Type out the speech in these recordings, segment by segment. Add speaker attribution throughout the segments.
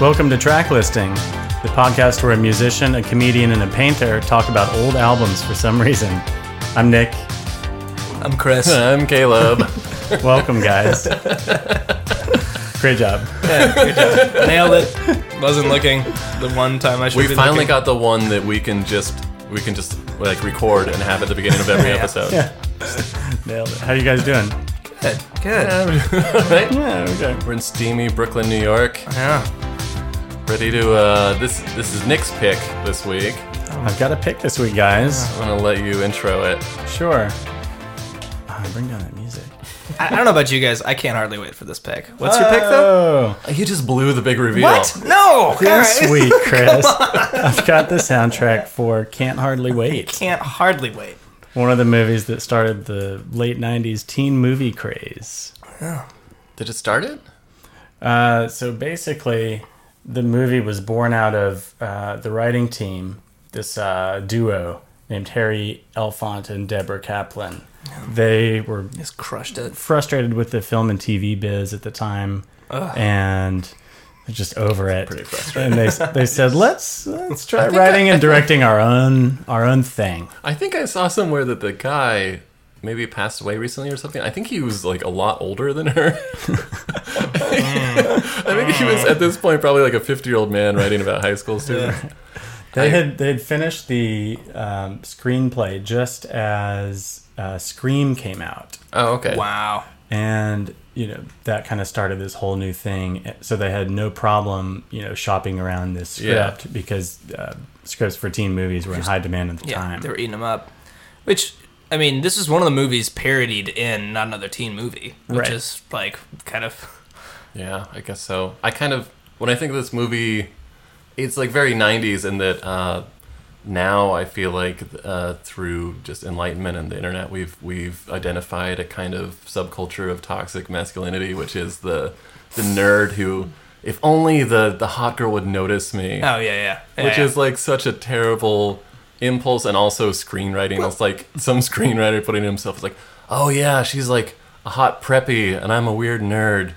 Speaker 1: Welcome to Track Listing, the podcast where a musician, a comedian, and a painter talk about old albums for some reason. I'm Nick.
Speaker 2: I'm Chris.
Speaker 3: I'm Caleb.
Speaker 1: Welcome, guys. Great job.
Speaker 2: Nailed it. Wasn't looking the one time I should.
Speaker 3: we
Speaker 2: be
Speaker 3: finally
Speaker 2: looking.
Speaker 3: got the one that we can just we can just like record and have at the beginning of every episode.
Speaker 1: Nailed it. How you guys doing?
Speaker 2: good. Good.
Speaker 3: right?
Speaker 1: Yeah, okay.
Speaker 3: We're in steamy Brooklyn, New York,
Speaker 2: Yeah.
Speaker 3: ready to. Uh, this this is Nick's pick this week.
Speaker 1: I've got a pick this week, guys.
Speaker 3: I'm gonna let you intro it.
Speaker 1: Sure. Ah, bring down that music.
Speaker 2: I, I don't know about you guys. I can't hardly wait for this pick. What's
Speaker 3: Uh,
Speaker 2: your pick though?
Speaker 3: You Uh, just blew the big reveal.
Speaker 2: What? No.
Speaker 1: This
Speaker 2: All right.
Speaker 1: week, Chris, I've got the soundtrack for Can't Hardly Wait,
Speaker 2: Can't hardly wait.
Speaker 1: one of the movies that started the late 90s teen movie craze.
Speaker 3: Did it start it?
Speaker 1: Uh, so basically, the movie was born out of uh, the writing team, this uh, duo named Harry Elfont and Deborah Kaplan. They were
Speaker 2: Just crushed it.
Speaker 1: frustrated with the film and TV biz at the time, and they're just over it.
Speaker 3: Pretty frustrating.
Speaker 1: And they they said, "Let's let's try
Speaker 3: think
Speaker 1: writing and directing our own our own thing."
Speaker 3: I think I saw somewhere that the guy maybe passed away recently or something. I think he was like a lot older than her. I think he was at this point probably like a 50 year old man writing about high school students.
Speaker 1: They
Speaker 3: I-
Speaker 1: had they had finished the um, screenplay just as uh, Scream came out.
Speaker 3: Oh, okay.
Speaker 2: Wow.
Speaker 1: and you know that kind of started this whole new thing Eh, so they had no problem you know shopping around this
Speaker 3: Yeah.
Speaker 1: script because uh, scripts for teen movies were in high demand at the
Speaker 2: Yeah.
Speaker 1: time
Speaker 2: They were eating them up. Which I mean, this is one of the movies parodied in not another teen movie, which
Speaker 1: Right.
Speaker 2: is like kind of
Speaker 3: Yeah, I guess so. I kind of when I think of this movie, it's like very '90s in that uh, now I feel like uh, through just enlightenment and the internet, we've we've identified a kind of subculture of toxic masculinity, which is the the nerd who, if only the the hot girl would notice me,
Speaker 2: oh yeah yeah, yeah
Speaker 3: which
Speaker 2: yeah.
Speaker 3: is like such a terrible impulse and also screenwriting. It's like some screenwriter putting himself like, oh yeah, she's like a hot preppy and I'm a weird nerd,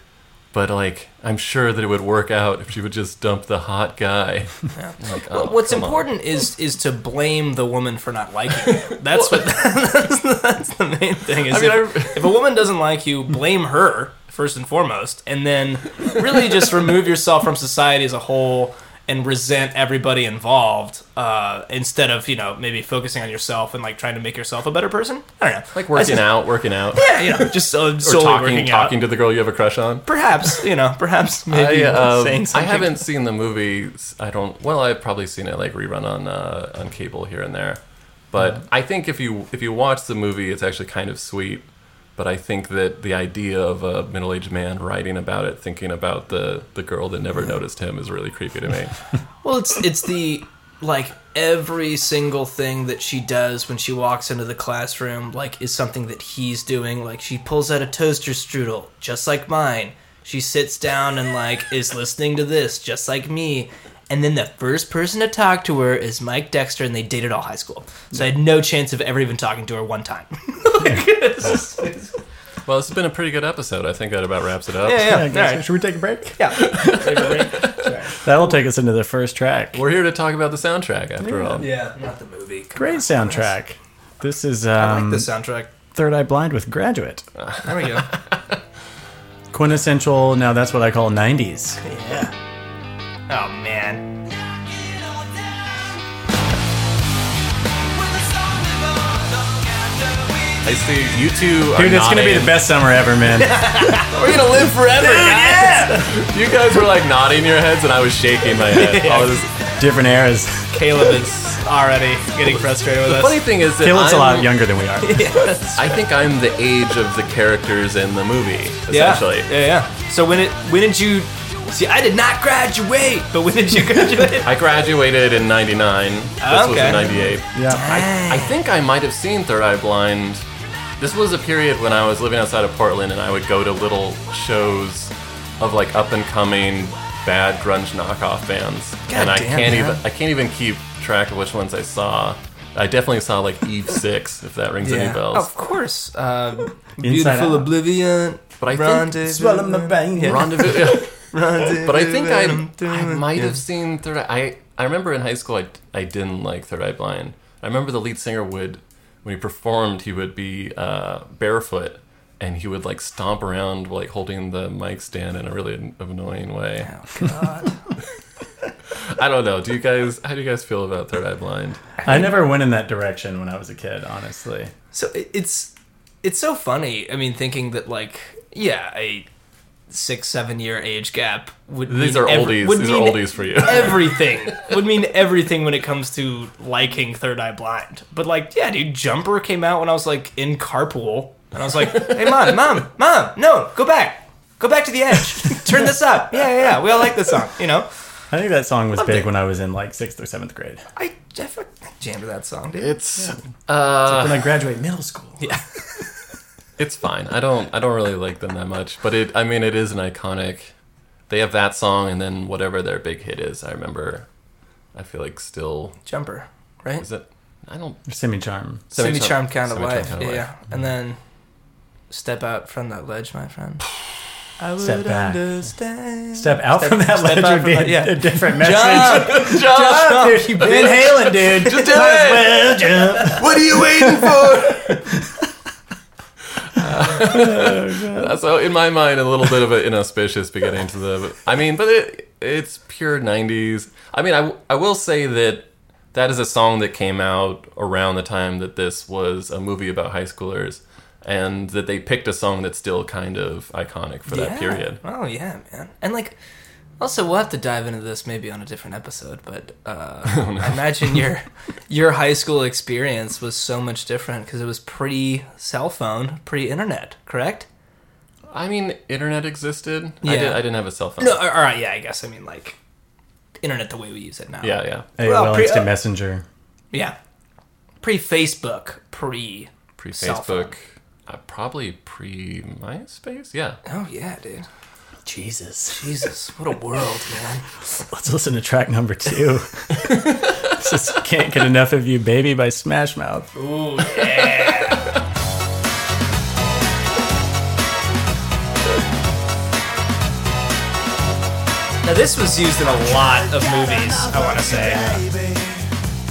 Speaker 3: but like I'm sure that it would work out if she would just dump the hot guy. Like, oh,
Speaker 2: But What's
Speaker 3: come on.
Speaker 2: important is is to blame the woman for not liking you. That's what that's, that's the main thing. Is
Speaker 3: I mean,
Speaker 2: if, if a woman doesn't like you, blame her first and foremost, and then really just remove yourself from society as a whole and resent everybody involved uh, instead of you know maybe focusing on yourself and like trying to make yourself a better person. I don't know,
Speaker 3: Like working out, working out,
Speaker 2: Yeah, you know, just uh,
Speaker 3: or
Speaker 2: solely
Speaker 3: talking,
Speaker 2: working
Speaker 3: talking
Speaker 2: out.
Speaker 3: to the girl you have a crush on.
Speaker 2: Perhaps you know, perhaps
Speaker 3: I,
Speaker 2: maybe
Speaker 3: um,
Speaker 2: saying
Speaker 3: I
Speaker 2: something.
Speaker 3: haven't seen the movie. I don't. Well, I've probably seen it like rerun on uh, on cable here and there. But I think if you if you watch the movie, it's actually kind of sweet. But I think that the idea of a middle aged man writing about it, thinking about the the girl that never noticed him, is really creepy to me.
Speaker 2: Well, it's it's the like every single thing that she does when she walks into the classroom like is something that he's doing. Like she pulls out a toaster strudel just like mine. She sits down and like is listening to this just like me. And then the first person to talk to her is Mike Dexter, and they dated all high school. So I had no chance of ever even talking to her one time. Like, it's just- it's-
Speaker 3: well, this has been a pretty good episode. I think that about wraps it up.
Speaker 2: yeah, yeah,
Speaker 1: guys,
Speaker 2: all right.
Speaker 1: should we take a break
Speaker 2: yeah,
Speaker 1: that'll take us into the first track
Speaker 3: We're here to talk about the soundtrack after all.
Speaker 2: yeah. Not the movie. Come
Speaker 1: great
Speaker 2: on.
Speaker 1: soundtrack this is
Speaker 2: I like Uh,
Speaker 1: um,
Speaker 2: the soundtrack.
Speaker 1: third eye blind with graduate
Speaker 2: There we go.
Speaker 1: quintessential now that's what i call 90s
Speaker 2: yeah. Oh man.
Speaker 3: I see you two are
Speaker 1: dude it's gonna be
Speaker 3: nodding.
Speaker 1: the best summer ever man
Speaker 3: We're gonna live forever, guys. You guys were like nodding your heads, and I was shaking my head. I was
Speaker 1: different eras
Speaker 2: Caleb is already getting frustrated with us.
Speaker 3: Funny thing is that
Speaker 1: caleb's a
Speaker 3: I'm,
Speaker 1: lot younger than we are
Speaker 3: I think I'm the age of the characters in the movie,
Speaker 2: yeah.
Speaker 3: essentially.
Speaker 2: yeah, yeah. So when it when did you see? I did not graduate, but when did you graduate?
Speaker 3: I graduated in '99. This was
Speaker 2: Okay.
Speaker 3: in '98.
Speaker 1: yeah
Speaker 3: I think I might have seen Third Eye Blind. This was a period when I was living outside of Portland, and I would go to little shows of like up and coming bad grunge knockoff bands, and I
Speaker 2: damn,
Speaker 3: can't
Speaker 2: man.
Speaker 3: even I can't even keep track of which ones I saw. I definitely saw like Eve Six, if that rings any bells.
Speaker 2: Of course. Uh,
Speaker 1: Inside
Speaker 2: beautiful
Speaker 1: Out.
Speaker 2: oblivion.
Speaker 3: But I think-
Speaker 2: Rendezvous.
Speaker 1: Swallow my brain.
Speaker 3: Rendezvous. But I think I, I might have seen Third Eye. I, I remember in high school I, I didn't like Third Eye Blind. I remember the lead singer would, when he performed, he would be uh, barefoot and he would like stomp around like holding the mic stand in a really annoying way.
Speaker 2: Oh, God.
Speaker 3: I don't know. Do you guys? How do you guys feel about Third Eye Blind?
Speaker 1: I never went in that direction when I was a kid, honestly.
Speaker 2: So it- it's it's so funny. I mean, thinking that like yeah, a six seven year age gap would
Speaker 3: These
Speaker 2: mean
Speaker 3: are
Speaker 2: every-
Speaker 3: oldies.
Speaker 2: would
Speaker 3: These are
Speaker 2: mean
Speaker 3: oldies for you.
Speaker 2: Everything would mean everything when it comes to liking Third Eye Blind. But like, yeah, dude, Jumper came out when I was like in carpool, and I was like, hey, mom, mom, mom, no, go back, go back to the edge, turn this up. Yeah, yeah, yeah. We all like this song, you know.
Speaker 1: I think that song was
Speaker 2: Loved
Speaker 1: big
Speaker 2: it.
Speaker 1: when I was in like sixth or seventh grade.
Speaker 2: I, I fucking jammed to that song, dude.
Speaker 3: It's uh,
Speaker 1: When I graduate middle school.
Speaker 2: yeah.
Speaker 3: it's fine. I don't I don't really like them that much, but it I mean it is an iconic. They have that song and then whatever their big hit is. I remember. I feel like still
Speaker 2: Jumper, right?
Speaker 3: is it. I don't.
Speaker 1: Semi Charm.
Speaker 2: Semi
Speaker 3: Semi-charm-
Speaker 2: charmed kind of
Speaker 3: semi-charmed
Speaker 2: life.
Speaker 3: kind of
Speaker 2: yeah.
Speaker 3: life.
Speaker 2: And then step out from that ledge, my friend. I would
Speaker 1: Step back.
Speaker 2: understand.
Speaker 1: Step out from that
Speaker 2: step
Speaker 1: ledge
Speaker 2: out
Speaker 1: would be
Speaker 2: from
Speaker 1: a,
Speaker 2: that- yeah.
Speaker 1: a different message.
Speaker 2: Jump!
Speaker 3: Jump!
Speaker 1: Jump, dude, you Van Halen, dude.
Speaker 3: Just do
Speaker 1: Might as
Speaker 3: it!
Speaker 1: well jump.
Speaker 3: What are you waiting for? Uh, so in my mind, a little bit of an inauspicious beginning to the. I mean, but it it's pure '90s. I mean, I w- I will say that that is a song that came out around the time that this was a movie about high schoolers, and that they picked a song that's still kind of iconic for that period.
Speaker 2: Oh yeah, man. And like also we'll have to dive into this maybe on a different episode, but uh,
Speaker 3: Oh,
Speaker 2: I imagine your your high school experience was so much different because it was pre cell phone, pre internet, correct?
Speaker 3: I mean, internet existed. I,
Speaker 2: Yeah.
Speaker 3: did, I didn't have a cell phone.
Speaker 2: No, all right, yeah, I guess I mean like internet the way we use it now.
Speaker 3: Yeah, yeah.
Speaker 1: AOL
Speaker 2: Well, pre- uh,
Speaker 1: Instant Messenger.
Speaker 2: Yeah. Pre Facebook, pre
Speaker 3: Pre
Speaker 2: Cell phone.
Speaker 3: Facebook, uh, probably pre MySpace. Yeah.
Speaker 2: Oh yeah, dude.
Speaker 1: Jesus.
Speaker 2: Jesus, what a world, man.
Speaker 1: Let's listen to track number two. Just can't get enough of you, baby, by Smash Mouth.
Speaker 2: Ooh, yeah. now this was used in a lot of movies, I want to say.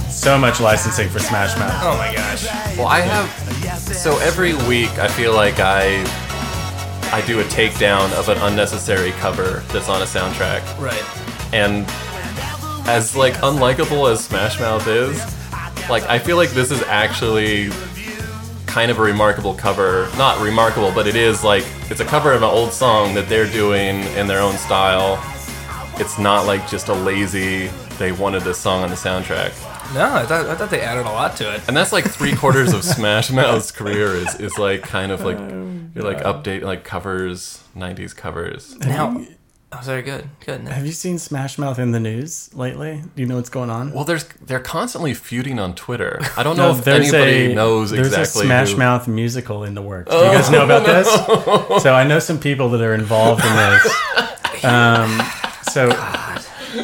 Speaker 1: So much licensing for Smash Mouth.
Speaker 2: Oh my gosh.
Speaker 3: Well, I have. So every week, I feel like I I do a takedown of an unnecessary cover that's on a soundtrack,
Speaker 2: Right.
Speaker 3: and as like unlikable as Smash Mouth is, like I feel like this is actually kind of a remarkable cover. Not remarkable, but it is like it's a cover of an old song that they're doing in their own style. It's not like just a lazy. They wanted this song on the soundtrack.
Speaker 2: No, I thought, I thought they added a lot to it.
Speaker 3: And that's like three quarters of Smash Mouth's career is, is like kind of like
Speaker 1: Oh,
Speaker 3: you're like update like covers, '90s covers.
Speaker 2: Now, oh, sorry, good, good.
Speaker 1: Have you seen Smash Mouth in the news lately? Do you know what's going on?
Speaker 3: Well, there's they're constantly feuding on Twitter. I don't know if anybody
Speaker 1: a,
Speaker 3: knows
Speaker 1: there's
Speaker 3: exactly.
Speaker 1: a Smash
Speaker 3: who- Oh,
Speaker 1: Mouth musical in the works. Do you guys know about this? So I know some people that are involved in this. Um, so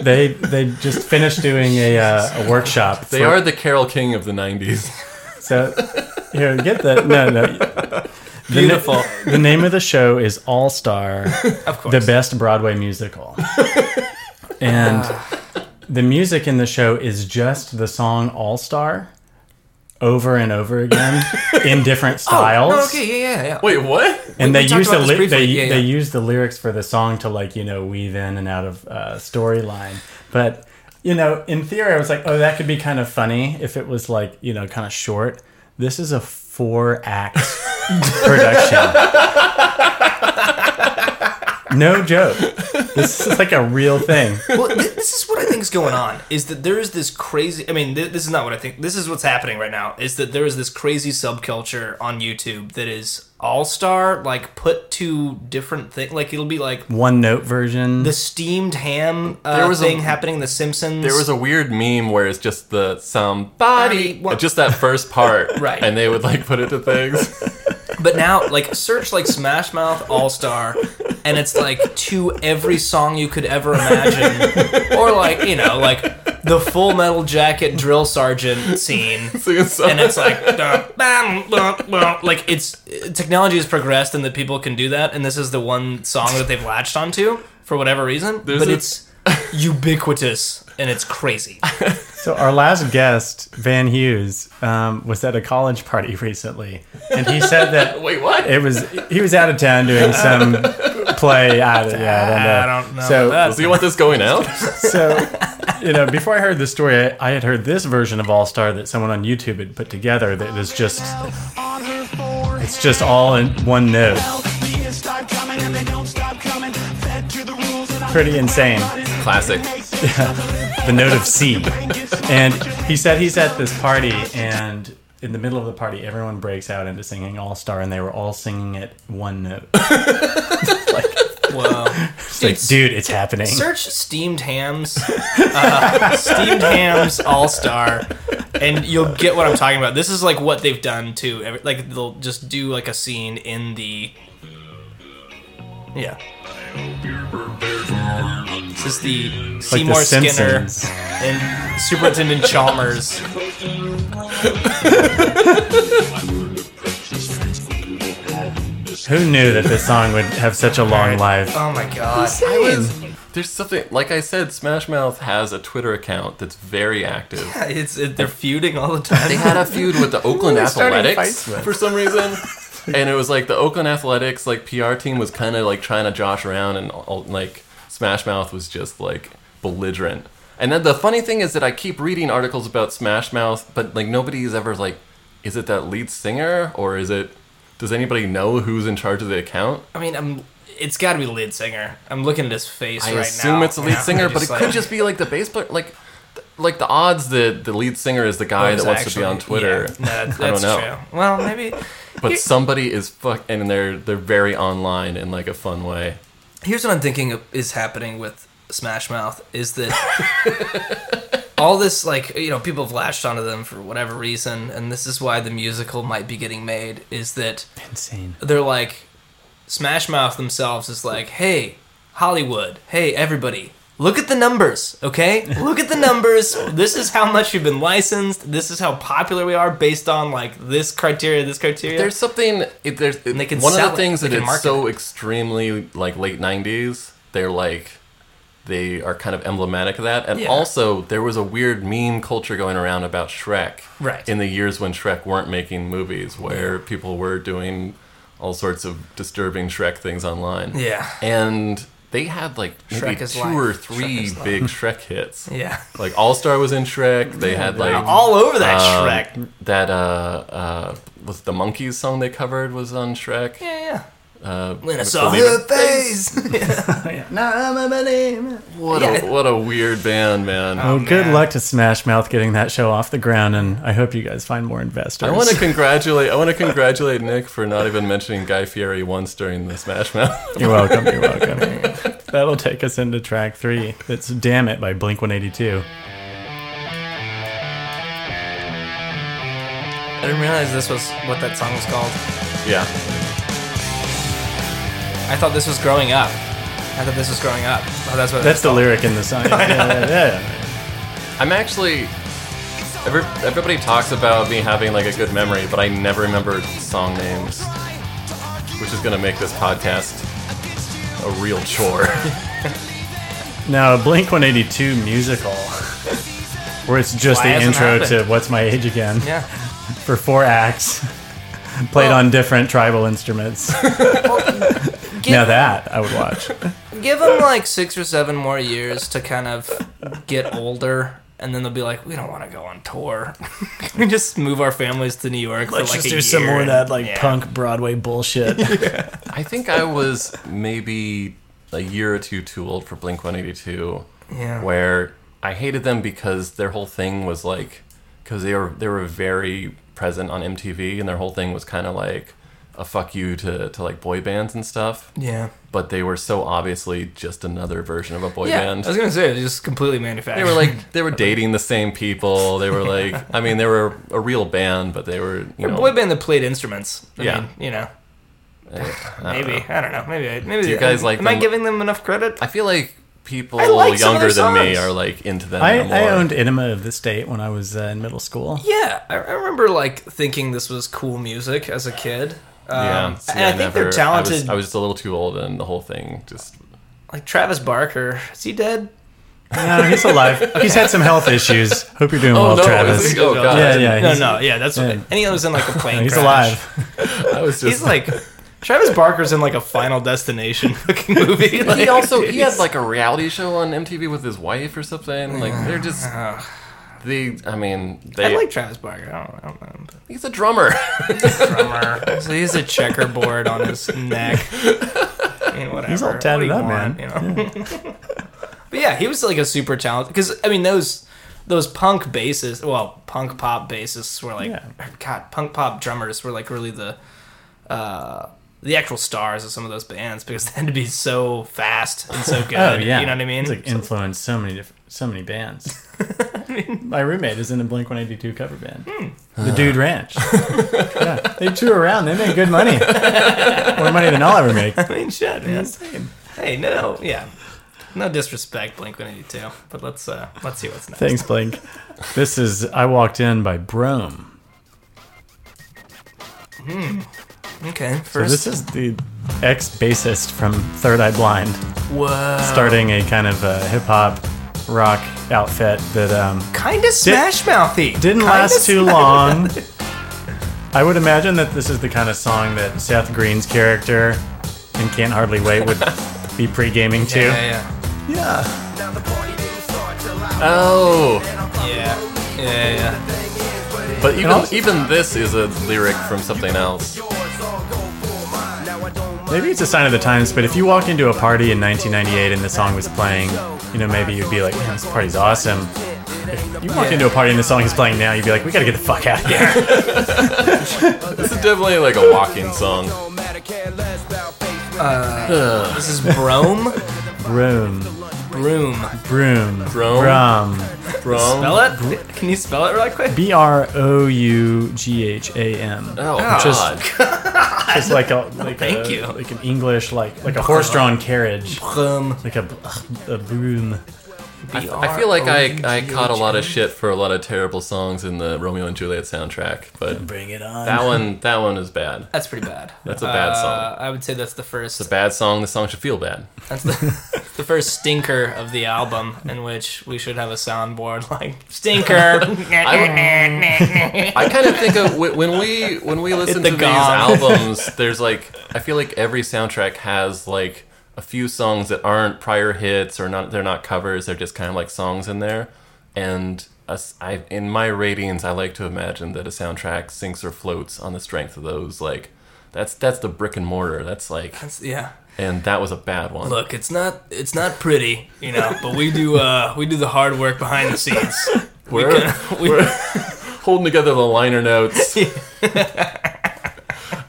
Speaker 1: they they just finished doing a, uh, a workshop.
Speaker 3: They
Speaker 1: for-
Speaker 3: are the Carol King of the '90s.
Speaker 1: So here, get the no no. Beautiful. The, name of the show is All Star,
Speaker 2: Of course.
Speaker 1: the best Broadway musical, and the music in the show is just the song All Star, over and over again in different styles.
Speaker 2: Oh, okay, yeah, yeah, yeah.
Speaker 3: Wait, what?
Speaker 1: And
Speaker 2: we
Speaker 1: they
Speaker 2: talked
Speaker 1: use the
Speaker 2: about this
Speaker 1: li- they,
Speaker 2: briefly. Yeah,
Speaker 1: they
Speaker 2: yeah.
Speaker 1: use the lyrics for the song to like you know weave in and out of uh, storyline. But you know, in theory, I was like, oh, that could be kind of funny if it was like you know kind of short. This is a four act production. No joke. This is like a real thing.
Speaker 2: well, th- this is what I think is going on. Is that there is this crazy? I mean, th- this is not what I think. This is what's happening right now. Is that there is this crazy subculture on YouTube that is all star, like put to different thing. Like it'll be like
Speaker 1: One note version.
Speaker 2: the steamed ham uh,
Speaker 3: There was a-
Speaker 2: thing happening in The Simpsons.
Speaker 3: There was a weird meme where it's just the somebody,
Speaker 2: Body-
Speaker 3: just that first part,
Speaker 2: Right.
Speaker 3: And they would like put it to things.
Speaker 2: but now like search like Smash Mouth All Star, and it's like to every song you could ever imagine, or like you know like the Full Metal Jacket drill sergeant scene.
Speaker 3: Singing some-
Speaker 2: and it's like dun, bam, dun, dun. like it's technology has progressed and that people can do that and this is the one song that they've latched onto for whatever reason,
Speaker 3: There's
Speaker 2: but
Speaker 3: a-
Speaker 2: it's ubiquitous and it's crazy.
Speaker 1: So our last guest, Van Hughes, um, was at a college party recently, and he said that
Speaker 3: Wait, what?
Speaker 1: it was he was out of town doing some play. I don't, yeah,
Speaker 2: I don't know
Speaker 1: So-
Speaker 2: about
Speaker 3: Do you want this going out?
Speaker 1: So, you know, before I heard the story, I, I had heard this version of All Star that someone on YouTube had put together that was just
Speaker 4: on her forehead.
Speaker 1: it's just all in one note.
Speaker 4: The years start coming and they don't stop coming. Fed to the rules and I
Speaker 1: Pretty
Speaker 4: think
Speaker 1: insane.
Speaker 4: about it.
Speaker 3: Classic.
Speaker 1: the note of C. And he said he's at this party, and in the middle of the party, everyone breaks out into singing All Star, and they were all singing it one note.
Speaker 2: that. Wow.
Speaker 1: Like, dude, it's happening.
Speaker 2: Search steamed hams, uh, steamed hams all star, and you'll get what I'm talking about. This is like what they've done to every, like they'll just do like a scene in the yeah. This is the
Speaker 1: Like
Speaker 2: Seymour
Speaker 1: The
Speaker 2: Skinner
Speaker 1: Simpsons.
Speaker 2: and Superintendent Chalmers.
Speaker 1: Who knew that this song would have such a long life?
Speaker 2: Oh my god! I was,
Speaker 3: There's something like I said. Smash Mouth has a Twitter account that's very active.
Speaker 2: it's it, they're feuding all the time.
Speaker 3: They had a feud with the Oakland
Speaker 1: Who they started
Speaker 3: Athletics
Speaker 1: fights with?
Speaker 3: for some reason. And it was like the Oakland Athletics like PR team was kind of like trying to josh around and all- like Smash Mouth was just like belligerent. And then the funny thing is that I keep reading articles about Smash Mouth, but like nobody's ever like is it that lead singer or is it does anybody know who's in charge of the account?
Speaker 2: I mean, I'm. It's got to be the lead singer. I'm looking at his face
Speaker 3: I
Speaker 2: right now.
Speaker 3: assume it's the lead
Speaker 2: Yeah,
Speaker 3: singer,
Speaker 2: I'm
Speaker 3: but it
Speaker 2: like-
Speaker 3: could just be like the bass player like th- like the odds that the lead singer is the guy that
Speaker 2: Who's
Speaker 3: wants
Speaker 2: Oh, actually-
Speaker 3: to be on Twitter.
Speaker 2: yeah, no, that's
Speaker 3: I don't know.
Speaker 2: true. Well, maybe.
Speaker 3: but
Speaker 2: Here-
Speaker 3: somebody is fuck and they're they're very online in like a fun way.
Speaker 2: here's what I'm thinking of- is happening with Smash Mouth is that all this like you know people have latched onto them for whatever reason, and this is why the musical might be getting made. Is that
Speaker 1: Insane.
Speaker 2: they're like Smash Mouth themselves is like, hey, Hollywood, hey everybody, look at the numbers, okay? Look at the numbers. This is how much you've been licensed. This is how popular we are based on like this criteria, this criteria.
Speaker 3: There's something it, there's it,
Speaker 2: they can
Speaker 3: one of
Speaker 2: sell
Speaker 3: the
Speaker 2: it.
Speaker 3: things
Speaker 2: They
Speaker 3: that
Speaker 2: can
Speaker 3: it's
Speaker 2: market
Speaker 3: so extremely like late 90s. They're like they are kind of emblematic of that. And
Speaker 2: Yeah.
Speaker 3: also there was a weird meme culture going around about Shrek.
Speaker 2: Right.
Speaker 3: In the years when Shrek weren't making movies where people were doing all sorts of disturbing Shrek things online.
Speaker 2: yeah,
Speaker 3: And they had like maybe
Speaker 2: Shrek is
Speaker 3: two
Speaker 2: life.
Speaker 3: or
Speaker 2: Shrek
Speaker 3: three
Speaker 2: is life.
Speaker 3: big Shrek hits.
Speaker 2: yeah,
Speaker 3: Like All Star was in Shrek. They had like
Speaker 2: all over that
Speaker 3: um,
Speaker 2: Shrek.
Speaker 3: That uh, uh, was the monkeys song they covered was on Shrek.
Speaker 2: Yeah, yeah.
Speaker 3: Uh,
Speaker 2: When I
Speaker 3: Mr.
Speaker 2: saw
Speaker 3: Leader.
Speaker 2: her face.
Speaker 3: What
Speaker 2: Yeah.
Speaker 3: a what a weird band, man.
Speaker 1: Well, Oh, good
Speaker 2: Oh, man.
Speaker 1: luck to Smash Mouth getting that show off the ground, and I hope you guys find more investors.
Speaker 3: I want to congratulate I want to congratulate Nick for not even mentioning Guy Fieri once during the Smash Mouth.
Speaker 1: You're welcome. You're welcome. That'll take us into track three. That's "Damn It" by Blink 182.
Speaker 2: I didn't realize this was what that song was called.
Speaker 3: yeah,
Speaker 2: I thought this was growing up. I thought this was growing up. Oh, that's what.
Speaker 1: That's the lyric in the song. Yeah, yeah, yeah.
Speaker 3: I'm actually. Every, everybody talks about me having like a good memory, but I never remember song names, which is gonna make this podcast a real chore.
Speaker 1: Now, Blink 182 musical, where it's just
Speaker 2: Why
Speaker 1: the
Speaker 2: hasn't
Speaker 1: intro
Speaker 2: happened?
Speaker 1: to What's My Age Again
Speaker 2: yeah.
Speaker 1: for four acts, played
Speaker 2: Well-
Speaker 1: on different tribal instruments.
Speaker 2: Give,
Speaker 1: now, that I would watch.
Speaker 2: give them like six or seven more years to kind of get older, and then they'll be like, we don't want to go on tour. Can we just move our families to New York for like a year? and- yeah.
Speaker 1: Broadway bullshit.
Speaker 3: I think I was maybe a year or two too old for Blink 182,
Speaker 2: Yeah.
Speaker 3: where I hated them because their whole thing was like, because they were they were very present on MTV, and their whole thing was kind of like a fuck you to to like boy bands and stuff.
Speaker 2: Yeah.
Speaker 3: But they were so obviously just another version of a boy
Speaker 2: Yeah.
Speaker 3: band.
Speaker 2: I was gonna say it was just completely manufactured.
Speaker 3: They were like they were dating the same people. They were like, I mean, they were a real band, but they were you
Speaker 2: a
Speaker 3: know
Speaker 2: boy band that played instruments. I
Speaker 3: Yeah.
Speaker 2: mean, you know.
Speaker 3: I don't
Speaker 2: Maybe
Speaker 3: know.
Speaker 2: I don't know. Maybe I- maybe
Speaker 3: Do you guys
Speaker 2: am,
Speaker 3: like
Speaker 2: Am
Speaker 3: them?
Speaker 2: I giving them enough credit?
Speaker 3: I feel like people
Speaker 2: I like some of
Speaker 3: younger
Speaker 2: their
Speaker 3: than me
Speaker 2: songs.
Speaker 3: are like into them.
Speaker 1: I,
Speaker 3: more.
Speaker 1: I owned Enema of the State when I was uh, in middle school.
Speaker 2: Yeah, I, I remember like thinking this was cool music as a kid. Um,
Speaker 3: Yeah, see,
Speaker 2: and I, think
Speaker 3: never-
Speaker 2: they're talented.
Speaker 3: I was, I was just a little too old, and the whole thing just
Speaker 2: like Travis Barker. Is he dead?
Speaker 1: No, he's alive. He's had some health issues. Hope you're doing well,
Speaker 3: no,
Speaker 1: Travis.
Speaker 3: is he- oh god,
Speaker 1: Yeah, yeah.
Speaker 2: No,
Speaker 1: he's-
Speaker 2: no, yeah, that's what.
Speaker 1: yeah.
Speaker 2: And he was in like a plane.
Speaker 1: He's
Speaker 2: crash.
Speaker 1: alive.
Speaker 3: I was just
Speaker 2: He's like Travis Barker's in like a Final Destination fucking movie. Like,
Speaker 3: he also
Speaker 2: dude,
Speaker 3: he had like a reality show on MTV with his wife or something. Like they're just the. I mean,
Speaker 2: I
Speaker 3: they.
Speaker 2: like Travis Barker. I don't, I don't know. him, but-
Speaker 3: he's a drummer.
Speaker 2: drummer. so he's a checkerboard on his neck. I mean, whatever.
Speaker 1: He's all
Speaker 2: What do
Speaker 1: tatted
Speaker 2: you
Speaker 1: up, man.
Speaker 2: want, you know? but yeah, he was like a super talented. Because I mean, those those punk bassists, well, punk pop bassists were like, er,
Speaker 1: Yeah.
Speaker 2: God, punk pop drummers were like really the uh, the actual stars of some of those bands because they had to be so fast and so good.
Speaker 1: Oh yeah.
Speaker 2: you know what I mean?
Speaker 1: He's like influenced so many different, so many bands. My roommate is in a Blink 182 cover band,
Speaker 2: Hmm.
Speaker 3: Ah.
Speaker 1: the Dude Ranch. yeah, they tour around. They make good money. More money than I'll ever make.
Speaker 2: I mean, shit, man. Hey, no, yeah. No disrespect, Blink One Eighty Two, but let's uh, let's see what's next.
Speaker 1: Thanks, Blink. This is I walked in by Brome.
Speaker 2: Okay,
Speaker 1: So
Speaker 2: first.
Speaker 1: this is the ex bassist from Third Eye Blind,
Speaker 2: Whoa.
Speaker 1: starting a kind of uh, hip hop rock outfit that um,
Speaker 2: Kind of smash mouthy.
Speaker 1: didn't
Speaker 2: Kinda
Speaker 1: last too
Speaker 2: smash-
Speaker 1: long. I would imagine that this is the kind of song that Seth Green's character in Can't Hardly Wait would be pre gaming to.
Speaker 2: Yeah,
Speaker 1: Yeah.
Speaker 3: oh,
Speaker 2: yeah, yeah, yeah, yeah.
Speaker 3: but even
Speaker 1: also-
Speaker 3: even this is a lyric from something else.
Speaker 1: Maybe it's a sign of the times, but if you walked into a party in 1998 and the song was playing, you know, maybe you'd be like, "Man, this party's awesome. If you walked
Speaker 2: Yeah.
Speaker 1: into a party and the song is playing now, you'd be like, we gotta get the fuck out of here.
Speaker 3: This is definitely like a walking song. Uh,
Speaker 2: This is Brome.
Speaker 1: Room.
Speaker 2: Broom.
Speaker 1: Broom.
Speaker 3: Broom?
Speaker 1: Brum.
Speaker 3: From
Speaker 2: Spell it? Can you spell it really quick?
Speaker 1: B R O U G H A M.
Speaker 3: Oh,
Speaker 2: Just-
Speaker 3: God.
Speaker 1: It's like a like
Speaker 2: Thank
Speaker 1: a,
Speaker 2: you.
Speaker 1: like an English like like a horse-drawn carriage,
Speaker 2: Broom.
Speaker 1: like a a broom.
Speaker 3: I, I feel like I, I caught a lot of shit for a lot of terrible songs in the Romeo and Juliet soundtrack, but
Speaker 1: Bring it on.
Speaker 3: that one that one is bad.
Speaker 2: That's pretty bad.
Speaker 3: That's a bad
Speaker 2: Uh,
Speaker 3: song.
Speaker 2: I would say that's the first.
Speaker 3: It's a bad song. The song should feel bad.
Speaker 2: That's the, the first stinker of the album, in which we should have a soundboard like stinker.
Speaker 3: I kind of think of wh- when we when we listen
Speaker 2: the
Speaker 3: to these
Speaker 2: gong.
Speaker 3: albums. There's like I feel like every soundtrack has like a few songs that aren't prior hits or not. They're not covers. They're just kind of like songs in there. And us, I in my ratings, I like to imagine that a soundtrack sinks or floats on the strength of those. Like that's that's the brick and mortar. That's like
Speaker 2: yeah.
Speaker 3: and that was a bad one.
Speaker 2: Look, it's not it's not pretty, you know, but we do uh we do the hard work behind the scenes.
Speaker 3: we're,
Speaker 2: we-
Speaker 3: we're holding together the liner notes.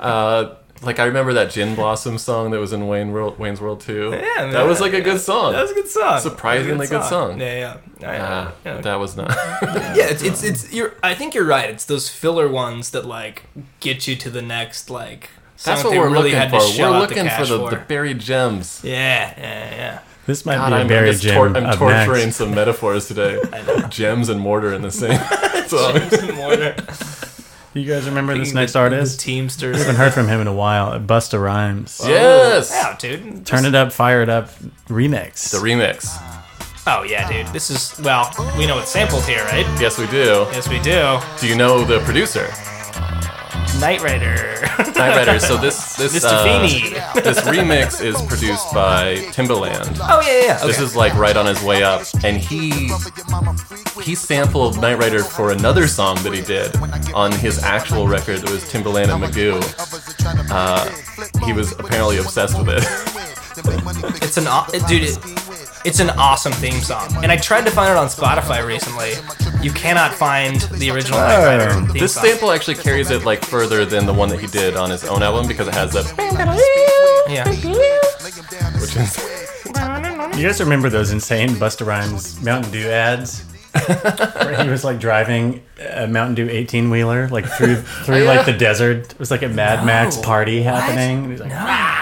Speaker 3: uh, like I remember that Gin Blossom song that was in Wayne World, Wayne's World 2.
Speaker 2: Yeah, man.
Speaker 3: that was like a good song.
Speaker 2: That was a good song.
Speaker 3: Surprisingly
Speaker 2: That was
Speaker 3: good song.
Speaker 2: Yeah, yeah. Yeah,
Speaker 3: Uh,
Speaker 2: yeah. yeah.
Speaker 3: That was not.
Speaker 2: Yeah, it's, it's it's you're I think you're right. It's those filler ones that like get you to the next like
Speaker 3: That's
Speaker 2: song
Speaker 3: what
Speaker 2: they
Speaker 3: we're
Speaker 2: really
Speaker 3: looking
Speaker 2: had
Speaker 3: for.
Speaker 2: to shell
Speaker 3: We're
Speaker 2: out
Speaker 3: looking
Speaker 2: the
Speaker 3: for
Speaker 2: cash
Speaker 3: the, the buried gems.
Speaker 2: Yeah, yeah, yeah.
Speaker 1: This might
Speaker 3: God,
Speaker 1: be a
Speaker 3: I'm, I'm
Speaker 1: Barry
Speaker 3: just
Speaker 1: Jim.
Speaker 3: tor- I'm
Speaker 1: up
Speaker 3: torturing
Speaker 1: next.
Speaker 3: some metaphors today. gems and mortar in the same song.
Speaker 2: Some mortar.
Speaker 1: You guys remember this
Speaker 2: The-
Speaker 1: next
Speaker 2: the
Speaker 1: artist?
Speaker 2: Teamsters. Oh,
Speaker 1: Haven't heard from him in a while. Busta Rhymes.
Speaker 3: yes,
Speaker 2: Wow, dude.
Speaker 1: Turn it up, fire it up, remix.
Speaker 3: the remix.
Speaker 2: Oh yeah, dude. This is well, we know it's sampled here, right?
Speaker 3: Yes, we do.
Speaker 2: Yes, we do.
Speaker 3: Do you know the producer?
Speaker 2: Knight Rider.
Speaker 3: Night Rider. So this this
Speaker 2: Mr.
Speaker 3: uh,
Speaker 2: Feeney.
Speaker 3: this remix is produced by Timbaland.
Speaker 2: Oh yeah, yeah, yeah.
Speaker 3: This
Speaker 2: Okay.
Speaker 3: is like right on his way up, and he he sampled Knight Rider for another song that he did on his actual record that was Timbaland and Magoo. Uh, he was apparently obsessed with it.
Speaker 2: It's an au- it- dude. It, it's an awesome theme song, and I tried to find it on Spotify recently. You cannot find the original Knight Rider
Speaker 1: Oh.
Speaker 2: theme
Speaker 3: This
Speaker 2: song.
Speaker 3: sample actually carries it like further than the one that he did on his own album because it has that
Speaker 2: Yeah.
Speaker 3: which is
Speaker 1: You guys remember those insane Busta Rhymes Mountain Dew ads? Where he was like driving a Mountain Dew 18 wheeler, like through through like the desert. It was like a Mad Max party happening. And he's like,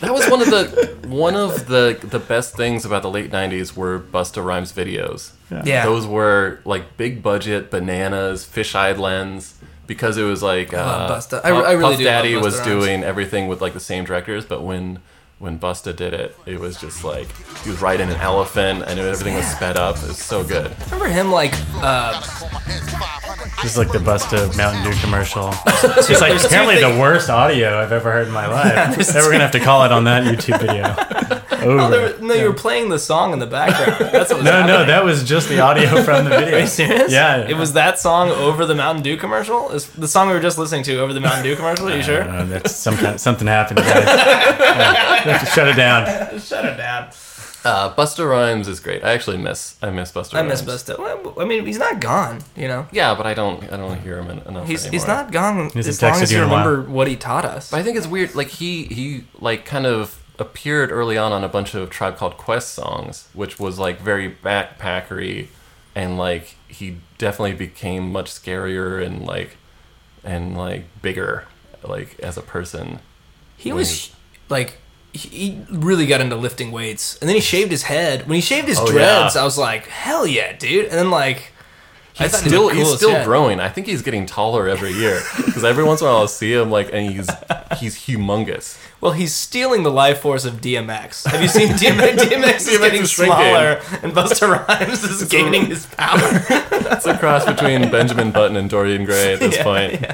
Speaker 3: that was one of the one of the the best things about the late '90s were Busta Rhymes videos.
Speaker 2: Yeah.
Speaker 3: Those were like big budget bananas, fisheye lens, because it was like uh,
Speaker 2: Busta. I- I really
Speaker 3: Puff
Speaker 2: do love
Speaker 3: Daddy
Speaker 2: Busta
Speaker 3: was
Speaker 2: Rhymes.
Speaker 3: doing everything with like the same directors, but when when Busta did it, it was just like he was riding an elephant and everything was sped up. It was so good.
Speaker 2: Remember him like uh,
Speaker 1: Just like the Busta Mountain Dew commercial. It's like apparently the worst audio I've ever heard in my life.
Speaker 2: there's
Speaker 1: We're gonna have to call it on that YouTube video. Over.
Speaker 2: Oh, there, no, you were playing the song in the background. That's what was
Speaker 1: no,
Speaker 2: happening.
Speaker 1: no, that was just the audio from the video.
Speaker 2: Are you serious?
Speaker 1: Yeah, yeah.
Speaker 2: It was that song over the Mountain Dew commercial. Is the song we were just listening to over the Mountain Dew commercial?
Speaker 3: Uh,
Speaker 2: Are you
Speaker 1: I
Speaker 2: sure?
Speaker 1: don't know, that's some kind something happened. Guys. Yeah, we have to shut it down.
Speaker 2: Shut it down.
Speaker 3: Uh, Busta Rhymes is great. I actually miss I miss Busta.
Speaker 2: I miss
Speaker 3: Rhymes.
Speaker 2: Busta. Well, I mean, he's not gone. You know,
Speaker 3: Yeah, but I don't I don't hear him en- enough
Speaker 2: he's
Speaker 3: anymore.
Speaker 2: he's not gone
Speaker 1: hasn't
Speaker 2: as long
Speaker 1: texted
Speaker 2: as
Speaker 1: you
Speaker 2: you
Speaker 1: in a while.
Speaker 2: remember what he taught us.
Speaker 3: But I think it's weird. Like he he like kind of appeared early on on a bunch of Tribe Called Quest songs, which was like very backpackery, and like he definitely became much scarier and like and like bigger like as a person.
Speaker 2: He was like. He he really got into lifting weights, and then he shaved his head. When he shaved his
Speaker 3: Oh, yeah.
Speaker 2: dreads, I was like, "Hell yeah, dude!" And then like, I
Speaker 3: He's
Speaker 2: thought he
Speaker 3: still
Speaker 2: looked cool
Speaker 3: he's
Speaker 2: as
Speaker 3: still
Speaker 2: shit.
Speaker 3: growing. I think he's getting taller every year because every once in a while I'll see him like and he's he's humongous.
Speaker 2: Well, he's stealing the life force of DMX. Have you seen DMX? DMX is
Speaker 3: DMX
Speaker 2: getting
Speaker 3: is shrinking.
Speaker 2: smaller, and Buster Rhymes is gaining his power.
Speaker 3: It's a cross between Benjamin Button and Dorian Gray at this
Speaker 2: Yeah,
Speaker 3: point.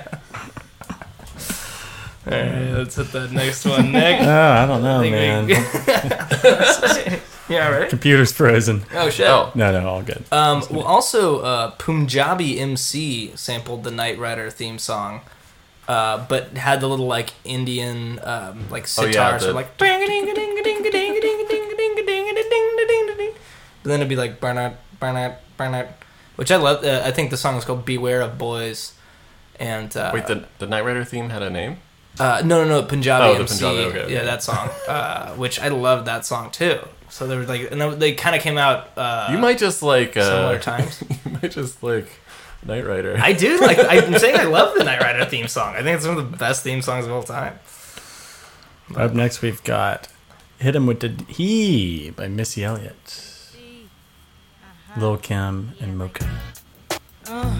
Speaker 2: All right, let's hit that next one, Nick.
Speaker 1: Oh, I don't know,
Speaker 2: Think we-
Speaker 1: man.
Speaker 2: yeah, right.
Speaker 1: Computer's frozen.
Speaker 2: Oh shit.
Speaker 3: Oh.
Speaker 1: No, no, all good.
Speaker 2: Um, well, also, uh, Punjabi MC sampled the Knight Rider theme song, uh, but had the little like Indian um, like
Speaker 3: Oh, yeah,
Speaker 2: sitar, so
Speaker 3: the-
Speaker 2: like. But then it'd be like Bernard, Bernard, Bernard, which I love. Uh, I think the song is called "Beware of Boys," and uh,
Speaker 3: Wait, the the Knight Rider theme had a name?
Speaker 2: Uh, no, no, no, Punjabi
Speaker 3: Oh, the
Speaker 2: MC.
Speaker 3: Punjabi, okay, okay.
Speaker 2: Yeah, that song, uh, which I loved that song too. So they were like, and they kind of came out uh,
Speaker 3: You might just like uh,
Speaker 2: similar times.
Speaker 3: you might just like Knight Rider.
Speaker 2: I do like. I'm saying I love the Knight Rider theme song. I think it's one of the best theme songs of all time.
Speaker 1: Up next, we've got "Hit 'Em with the D- He" by Missy Elliott, Lil Kim, and Mocha.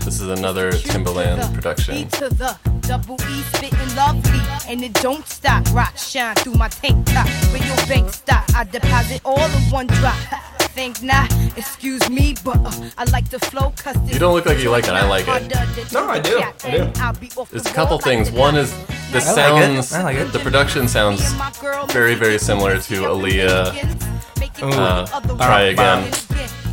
Speaker 3: this is another
Speaker 5: to
Speaker 3: Timbaland
Speaker 5: the E
Speaker 3: production.
Speaker 5: to the double E spitting lovely, and it don't stop. Rock shine through my tank top. Where your bank stop, I deposit all in one drop. Think not, excuse me, but uh, I like the flow. Cause
Speaker 3: You don't look like you like it. I like it.
Speaker 2: No, I do. I do.
Speaker 3: There's a couple things. One is the
Speaker 2: I like it.
Speaker 3: sounds,
Speaker 2: I like it.
Speaker 3: the production sounds
Speaker 5: very, very similar to Aaliyah.
Speaker 3: uh, Try Again.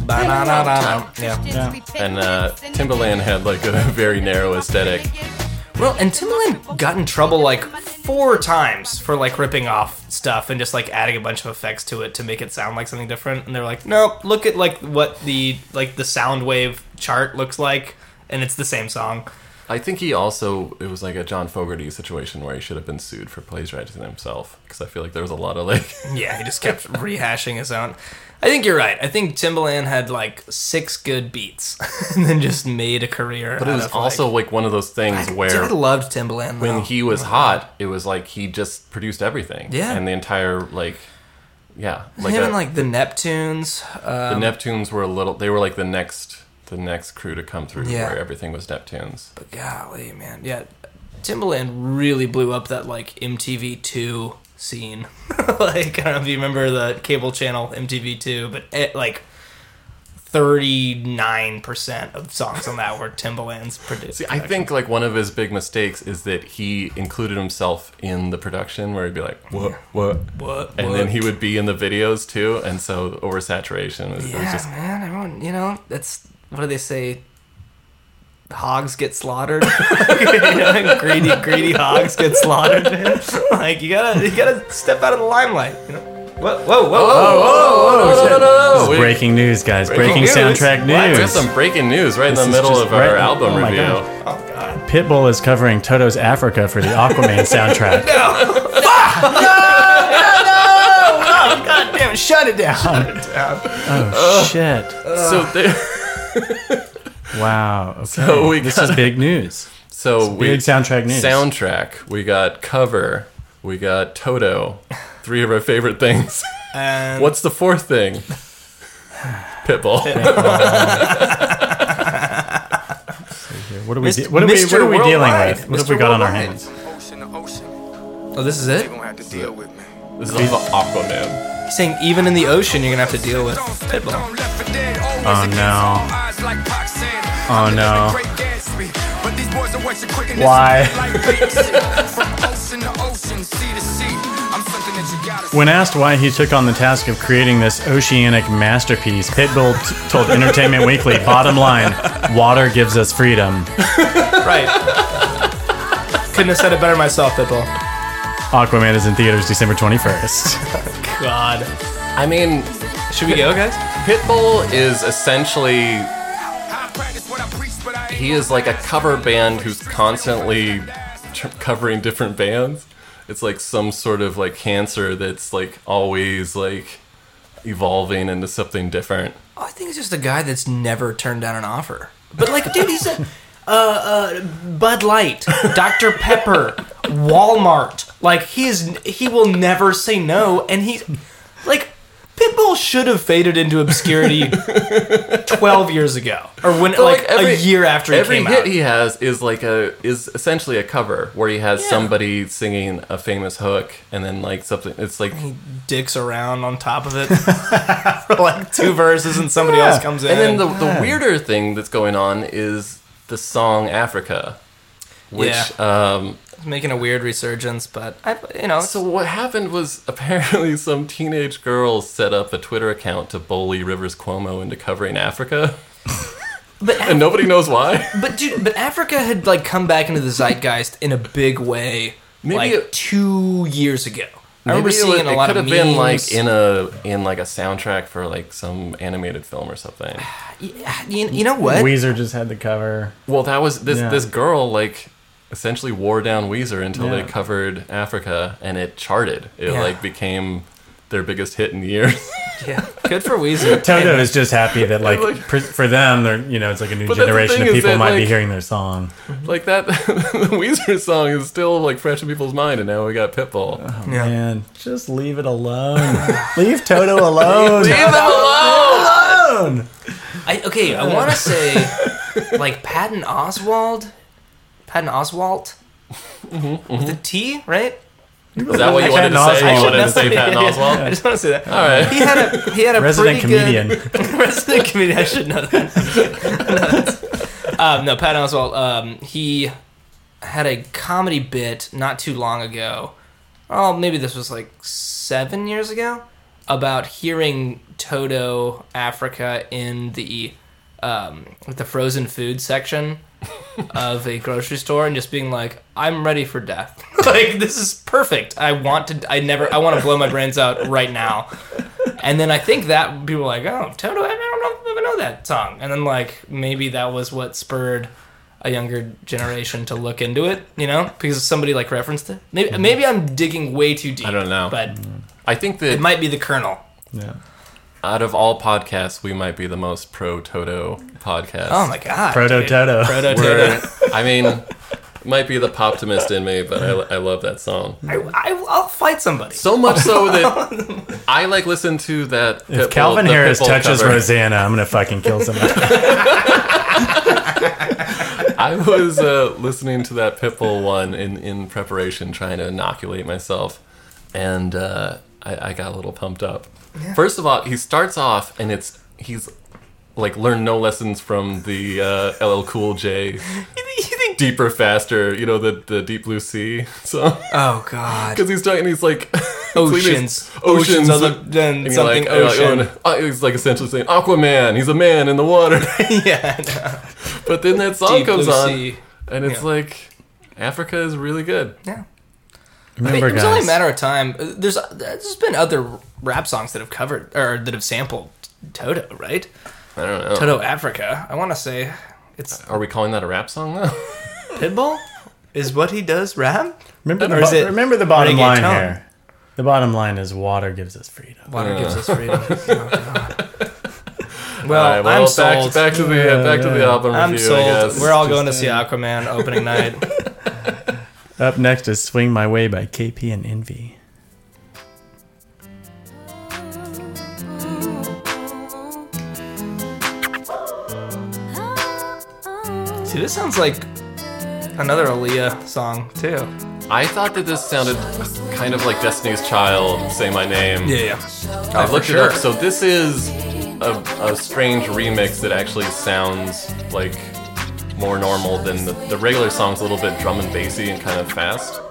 Speaker 2: Ba-na-na-na-na. Yeah.
Speaker 3: And uh, Timbaland had like a very narrow aesthetic.
Speaker 2: Well, and Timbaland got in trouble like four times for like ripping off stuff and just like adding a bunch of effects to it to make it sound like something different. And they're like, nope, look at like what the like the sound wave chart looks like, and it's the same song.
Speaker 3: I think he also it was like a John Fogerty situation where he should have been sued for plagiarizing himself because I feel like there was a lot of like
Speaker 2: Yeah, he just kept rehashing his own. I think you're right. I think Timbaland had like six good beats and then just made a career.
Speaker 3: but it was also like one of those things where
Speaker 2: I loved Timbaland
Speaker 3: when
Speaker 2: though.
Speaker 3: he was hot, it was like he just produced everything.
Speaker 2: Yeah.
Speaker 3: And the entire like yeah, like,
Speaker 2: him
Speaker 3: a-
Speaker 2: and like the Neptunes. Uh,
Speaker 3: the Neptunes were a little they were like the next the next crew to come through
Speaker 2: Yeah.
Speaker 3: where everything was Neptunes.
Speaker 2: but golly, man, yeah, Timbaland really blew up that like MTV Two scene. like I don't know if you remember the cable channel MTV Two, but it, like. 39% of songs on that were Timbaland's produced.
Speaker 3: See, I think like one of his big mistakes is that he included himself in the production where he'd be like, "What, what,
Speaker 2: What,
Speaker 3: and
Speaker 2: what?
Speaker 3: then he would be in the videos too, and so the oversaturation was, it was
Speaker 2: Yeah,
Speaker 3: just
Speaker 2: man, everyone, you know, that's what do they say? Hogs get slaughtered. You know, greedy, greedy hogs get slaughtered. man. like you gotta, you gotta step out of the limelight. You know, whoa, whoa, whoa,
Speaker 3: Oh,
Speaker 2: whoa, Oh,
Speaker 1: This is breaking news, guys. Breaking,
Speaker 2: news.
Speaker 1: soundtrack
Speaker 2: What?
Speaker 1: news.
Speaker 3: We got some breaking news right
Speaker 1: This
Speaker 3: in
Speaker 1: is
Speaker 3: the middle
Speaker 1: just
Speaker 3: of our
Speaker 1: right-
Speaker 3: album
Speaker 1: oh my
Speaker 3: review.
Speaker 1: God.
Speaker 2: Oh god,
Speaker 1: Pitbull is covering Toto's Africa for the Aquaman soundtrack.
Speaker 2: god damn Oh, it! Shut it down. Shut it down.
Speaker 1: Oh shit!
Speaker 3: So, there,
Speaker 1: Wow. Okay.
Speaker 3: So we
Speaker 1: this
Speaker 3: got-
Speaker 1: is big news.
Speaker 3: so we
Speaker 1: Big soundtrack news.
Speaker 3: soundtrack. We got cover. We got Toto. Three of our favorite things.
Speaker 2: And
Speaker 3: What's the fourth thing? Pitbull.
Speaker 1: What are we?
Speaker 2: Mr.
Speaker 1: De- what are we? What are we
Speaker 2: Mr.
Speaker 1: dealing
Speaker 2: Worldwide.
Speaker 1: with? What have
Speaker 2: Mr.
Speaker 1: we got on our
Speaker 2: Worldwide.
Speaker 1: hands?
Speaker 6: Ocean to ocean,
Speaker 2: oh, this is it.
Speaker 6: they gonna have to deal with me.
Speaker 3: This is also Aquaman.
Speaker 2: He's saying even in the ocean, you're gonna have to deal with Pitbull.
Speaker 1: Oh,
Speaker 6: Oh
Speaker 1: no.
Speaker 6: Oh
Speaker 1: no.
Speaker 6: no.
Speaker 1: Why? When asked why he took on the task of creating this oceanic masterpiece, Pitbull t- told Entertainment Weekly, bottom line, water gives us freedom.
Speaker 2: Right. Couldn't have said it better myself, Pitbull.
Speaker 1: Aquaman is in theaters December 21st.
Speaker 2: God.
Speaker 3: I mean,
Speaker 2: Should we go, guys?
Speaker 3: Pitbull is essentially he is like a cover band who's constantly tr- covering different bands. It's like some sort of like cancer that's like always like evolving into something different.
Speaker 2: Oh, I think it's just a guy that's never turned down an offer. But like, dude, he's a uh, uh, Bud Light, Dr Pepper, Walmart. Like he is, he will never say no, and he's like. Pitbull should have faded into obscurity twelve years ago, or when
Speaker 3: But,
Speaker 2: like, a year after he
Speaker 3: every
Speaker 2: came
Speaker 3: hit
Speaker 2: out.
Speaker 3: he has is like a is essentially a cover where he has somebody singing a famous hook and then like something. It's like
Speaker 2: dicks around on top of it for like two verses, and somebody else comes in.
Speaker 3: And then the, the weirder thing that's going on is the song Africa, which um,
Speaker 2: making a weird resurgence, but I, you know,
Speaker 3: so what happened was apparently some teenage girl set up a Twitter account to bully Rivers Cuomo into covering Africa,
Speaker 2: but
Speaker 3: and nobody knows why.
Speaker 2: But dude, but Africa had like come back into the zeitgeist in a big way,
Speaker 3: Maybe
Speaker 2: like
Speaker 3: it-
Speaker 2: two years ago. I remember
Speaker 3: Maybe it
Speaker 2: seeing
Speaker 3: was-
Speaker 2: a
Speaker 3: it
Speaker 2: lot
Speaker 3: could
Speaker 2: of
Speaker 3: have been
Speaker 2: memes.
Speaker 3: like in a in like a soundtrack for like some animated film or something.
Speaker 2: Yeah, you, you know what?
Speaker 1: Weezer just had the cover.
Speaker 3: Well, that was this
Speaker 1: Yeah.
Speaker 3: this girl like essentially wore down Weezer until
Speaker 1: Yeah.
Speaker 3: they covered Africa and it charted. It
Speaker 2: Yeah.
Speaker 3: like became their biggest hit in years.
Speaker 2: yeah, good for Weezer.
Speaker 1: Toto is just happy that, like,
Speaker 3: Like-
Speaker 1: pr- for them, they're you know, it's like a new
Speaker 3: But that's the
Speaker 1: generation
Speaker 3: thing
Speaker 1: of
Speaker 3: is
Speaker 1: people
Speaker 3: that,
Speaker 1: might be
Speaker 3: like-
Speaker 1: hearing their song.
Speaker 3: like that the Weezer song is still like fresh in people's mind and now we got Pitbull.
Speaker 1: Oh,
Speaker 2: Yeah.
Speaker 1: Man, just leave it alone. leave Toto alone.
Speaker 3: Leave them alone!
Speaker 1: alone.
Speaker 2: I, okay, I want to say like Patton Oswald, Patton Oswald,
Speaker 3: Mm-hmm,
Speaker 2: with a T, right?
Speaker 3: Is that what you wanted
Speaker 1: Patton
Speaker 3: to say? You
Speaker 1: Oswalt.
Speaker 3: wanted to Oh, say Patton Oh.
Speaker 2: Yeah.
Speaker 3: Oswald?
Speaker 2: I just want to say that.
Speaker 3: All right.
Speaker 2: He had a he had a
Speaker 1: Resident
Speaker 2: pretty good-
Speaker 1: comedian.
Speaker 2: resident comedian. I should know that. No, um, no, Pat Oswalt. Um, he had a comedy bit not too long ago. Oh, maybe this was like seven years ago about hearing Toto Africa in the um, the frozen food section of a grocery store and just being like, I'm ready for death. like this is perfect. I want to. I never. I want to blow my brains out right now. And then I think that people were like, oh, Toto, I don't know if I know that song. And then like maybe that was what spurred a younger generation to look into it, you know, because somebody like referenced it. Maybe maybe I'm digging way too deep.
Speaker 3: Mm-hmm. I don't know.
Speaker 2: but
Speaker 3: I think that
Speaker 2: it might be the Colonel.
Speaker 1: Yeah.
Speaker 3: out of all podcasts we might be the most pro Toto podcast.
Speaker 2: Oh my god,
Speaker 1: Proto
Speaker 2: dude.
Speaker 1: Toto.
Speaker 2: Proto Toto.
Speaker 3: We're- I mean it might be the optimist in me, but I, I love that song.
Speaker 2: I, I, I'll fight somebody.
Speaker 3: So much so that I like listen to that. Pitbull-
Speaker 1: If Calvin
Speaker 3: the
Speaker 1: Harris
Speaker 3: Pitbull
Speaker 1: touches
Speaker 3: cover.
Speaker 1: Rosanna, I'm gonna fucking kill somebody.
Speaker 3: I was uh, listening to that Pitbull one in in preparation, trying to inoculate myself, and uh, I, I got a little pumped up. First of all, he starts off and it's he's like learned no lessons from the uh, LL Cool J
Speaker 2: You think-
Speaker 3: deeper faster, you know the the Deep Blue Sea song
Speaker 2: oh god,
Speaker 3: because he's talking he's like
Speaker 2: oceans, oceans,
Speaker 3: oceans,
Speaker 2: other than
Speaker 3: And you're
Speaker 2: something
Speaker 3: like, oh,
Speaker 2: ocean.
Speaker 3: oh, and- uh, he's like essentially saying Aquaman. He's a man in the water.
Speaker 2: yeah, I know.
Speaker 3: but then that song
Speaker 2: Deep
Speaker 3: comes
Speaker 2: blue
Speaker 3: on,
Speaker 2: sea.
Speaker 3: and it's
Speaker 2: Yeah.
Speaker 3: like Africa is really good.
Speaker 2: yeah.
Speaker 1: Remember,
Speaker 2: it was only a
Speaker 1: guys,
Speaker 2: matter of time. Uh, There's there's been other rap songs that have covered or that have sampled Toto, right?
Speaker 3: I don't know.
Speaker 2: Toto Africa. I want to say it's
Speaker 3: Are we calling that a rap song though?
Speaker 2: Pitbull. Is what he does rap?
Speaker 1: remember,
Speaker 2: or
Speaker 1: the,
Speaker 2: is
Speaker 1: bo-
Speaker 2: it
Speaker 1: remember the bottom
Speaker 2: reggae
Speaker 1: line
Speaker 2: tone?
Speaker 1: here. The bottom line is water gives us freedom.
Speaker 2: Water gives us freedom. Oh, God. well,
Speaker 3: Uh. All right, well,
Speaker 2: I'm
Speaker 3: back,
Speaker 2: sold.
Speaker 3: back to the uh, back to the
Speaker 1: Yeah.
Speaker 3: album
Speaker 2: I'm
Speaker 3: review. I
Speaker 2: sold.
Speaker 3: guess. uh,
Speaker 2: We're all going to see Aquaman opening night.
Speaker 1: Up next is "Swing My Way" by KP and Envy.
Speaker 2: See, this sounds like another Aaliyah song too.
Speaker 3: I thought that this sounded kind of like Destiny's Child, Say My Name.
Speaker 2: Yeah, yeah.
Speaker 3: I looked
Speaker 2: Oh, sure.
Speaker 3: it up. So this is a, a strange remix that actually sounds like more normal than the, the regular song's a little bit drum and bassy and kind of fast.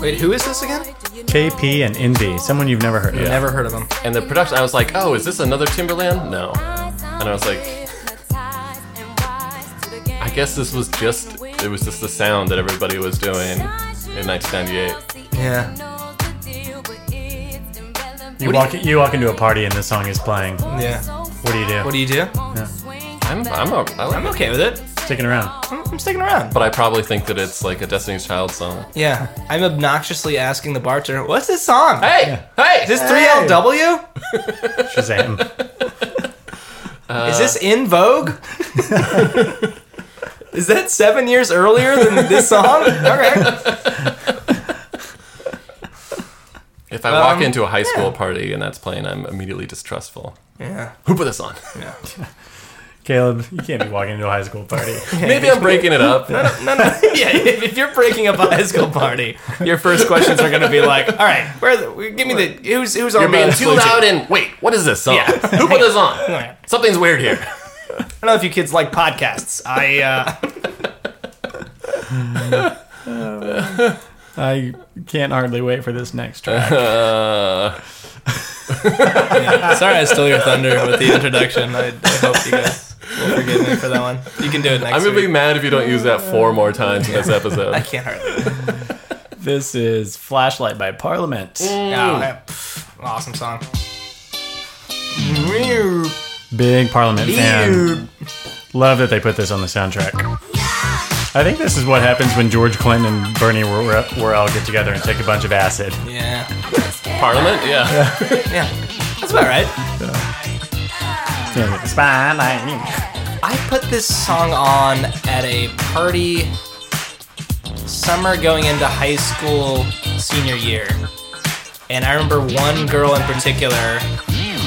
Speaker 2: Wait, who is this again?
Speaker 1: KP and Envy, someone you've never heard of.
Speaker 3: Yeah.
Speaker 2: Never heard of him.
Speaker 3: And the production, I was like, oh, is this another Timberland? No.
Speaker 7: And I was like,
Speaker 3: I
Speaker 7: I
Speaker 3: guess this was just, it was just the sound that everybody was doing in 1998.
Speaker 2: Yeah.
Speaker 1: You walk you walk into a party and this song is playing. What
Speaker 2: Yeah.
Speaker 1: do you do?
Speaker 2: What do you do?
Speaker 3: I'm, I'm, a, I like
Speaker 2: I'm
Speaker 3: it.
Speaker 2: okay with it.
Speaker 1: Sticking around.
Speaker 2: I'm, I'm sticking around.
Speaker 3: But I probably think that it's like a Destiny's Child song.
Speaker 2: Yeah. I'm obnoxiously asking the bartender, what's this song?
Speaker 3: Hey! Hey!
Speaker 2: Is this 3LW?
Speaker 1: Shazam.
Speaker 3: Uh,
Speaker 2: Is this in Vogue? Is that seven years earlier than this song? All right.
Speaker 3: If I walk
Speaker 2: Um,
Speaker 3: into a high school party and that's playing, I'm immediately distrustful.
Speaker 2: Yeah.
Speaker 3: Who put this on?
Speaker 2: Yeah.
Speaker 1: Caleb, you can't be walking into a high school party.
Speaker 3: Maybe I'm breaking it up.
Speaker 2: No, no. Yeah. If, if you're breaking up a high school party, your first questions are going to be like, "All right, where? The, give me the who's who's on
Speaker 3: You're being
Speaker 2: the
Speaker 3: too
Speaker 2: Bluetooth?
Speaker 3: loud and wait, what is this song?
Speaker 2: Yeah.
Speaker 3: Who put this on?
Speaker 2: I
Speaker 3: Something's weird here.
Speaker 2: don't know if you kids like podcasts. I uh,
Speaker 1: I can't hardly wait for this next track.
Speaker 3: Uh,
Speaker 2: sorry I stole your thunder with the introduction. I, I hope you guys will forgive me for that one. You can do it next.
Speaker 3: I'm gonna be
Speaker 2: week.
Speaker 3: mad if you don't use that four more times in this episode.
Speaker 2: I can't hurt. you.
Speaker 1: this is Flashlight by Parliament.
Speaker 2: No, I- pff, awesome song.
Speaker 1: Big Parliament fan. Love that they put this on the soundtrack. I think this is what happens when George Clinton and Bernie Wor- Worrell get together and take a bunch of acid.
Speaker 2: Yeah.
Speaker 3: Parliament, yeah.
Speaker 2: Yeah. That's about right.
Speaker 1: Yeah, Spotlight.
Speaker 2: I put this song on at a party summer going into high school senior year. And I remember one girl in particular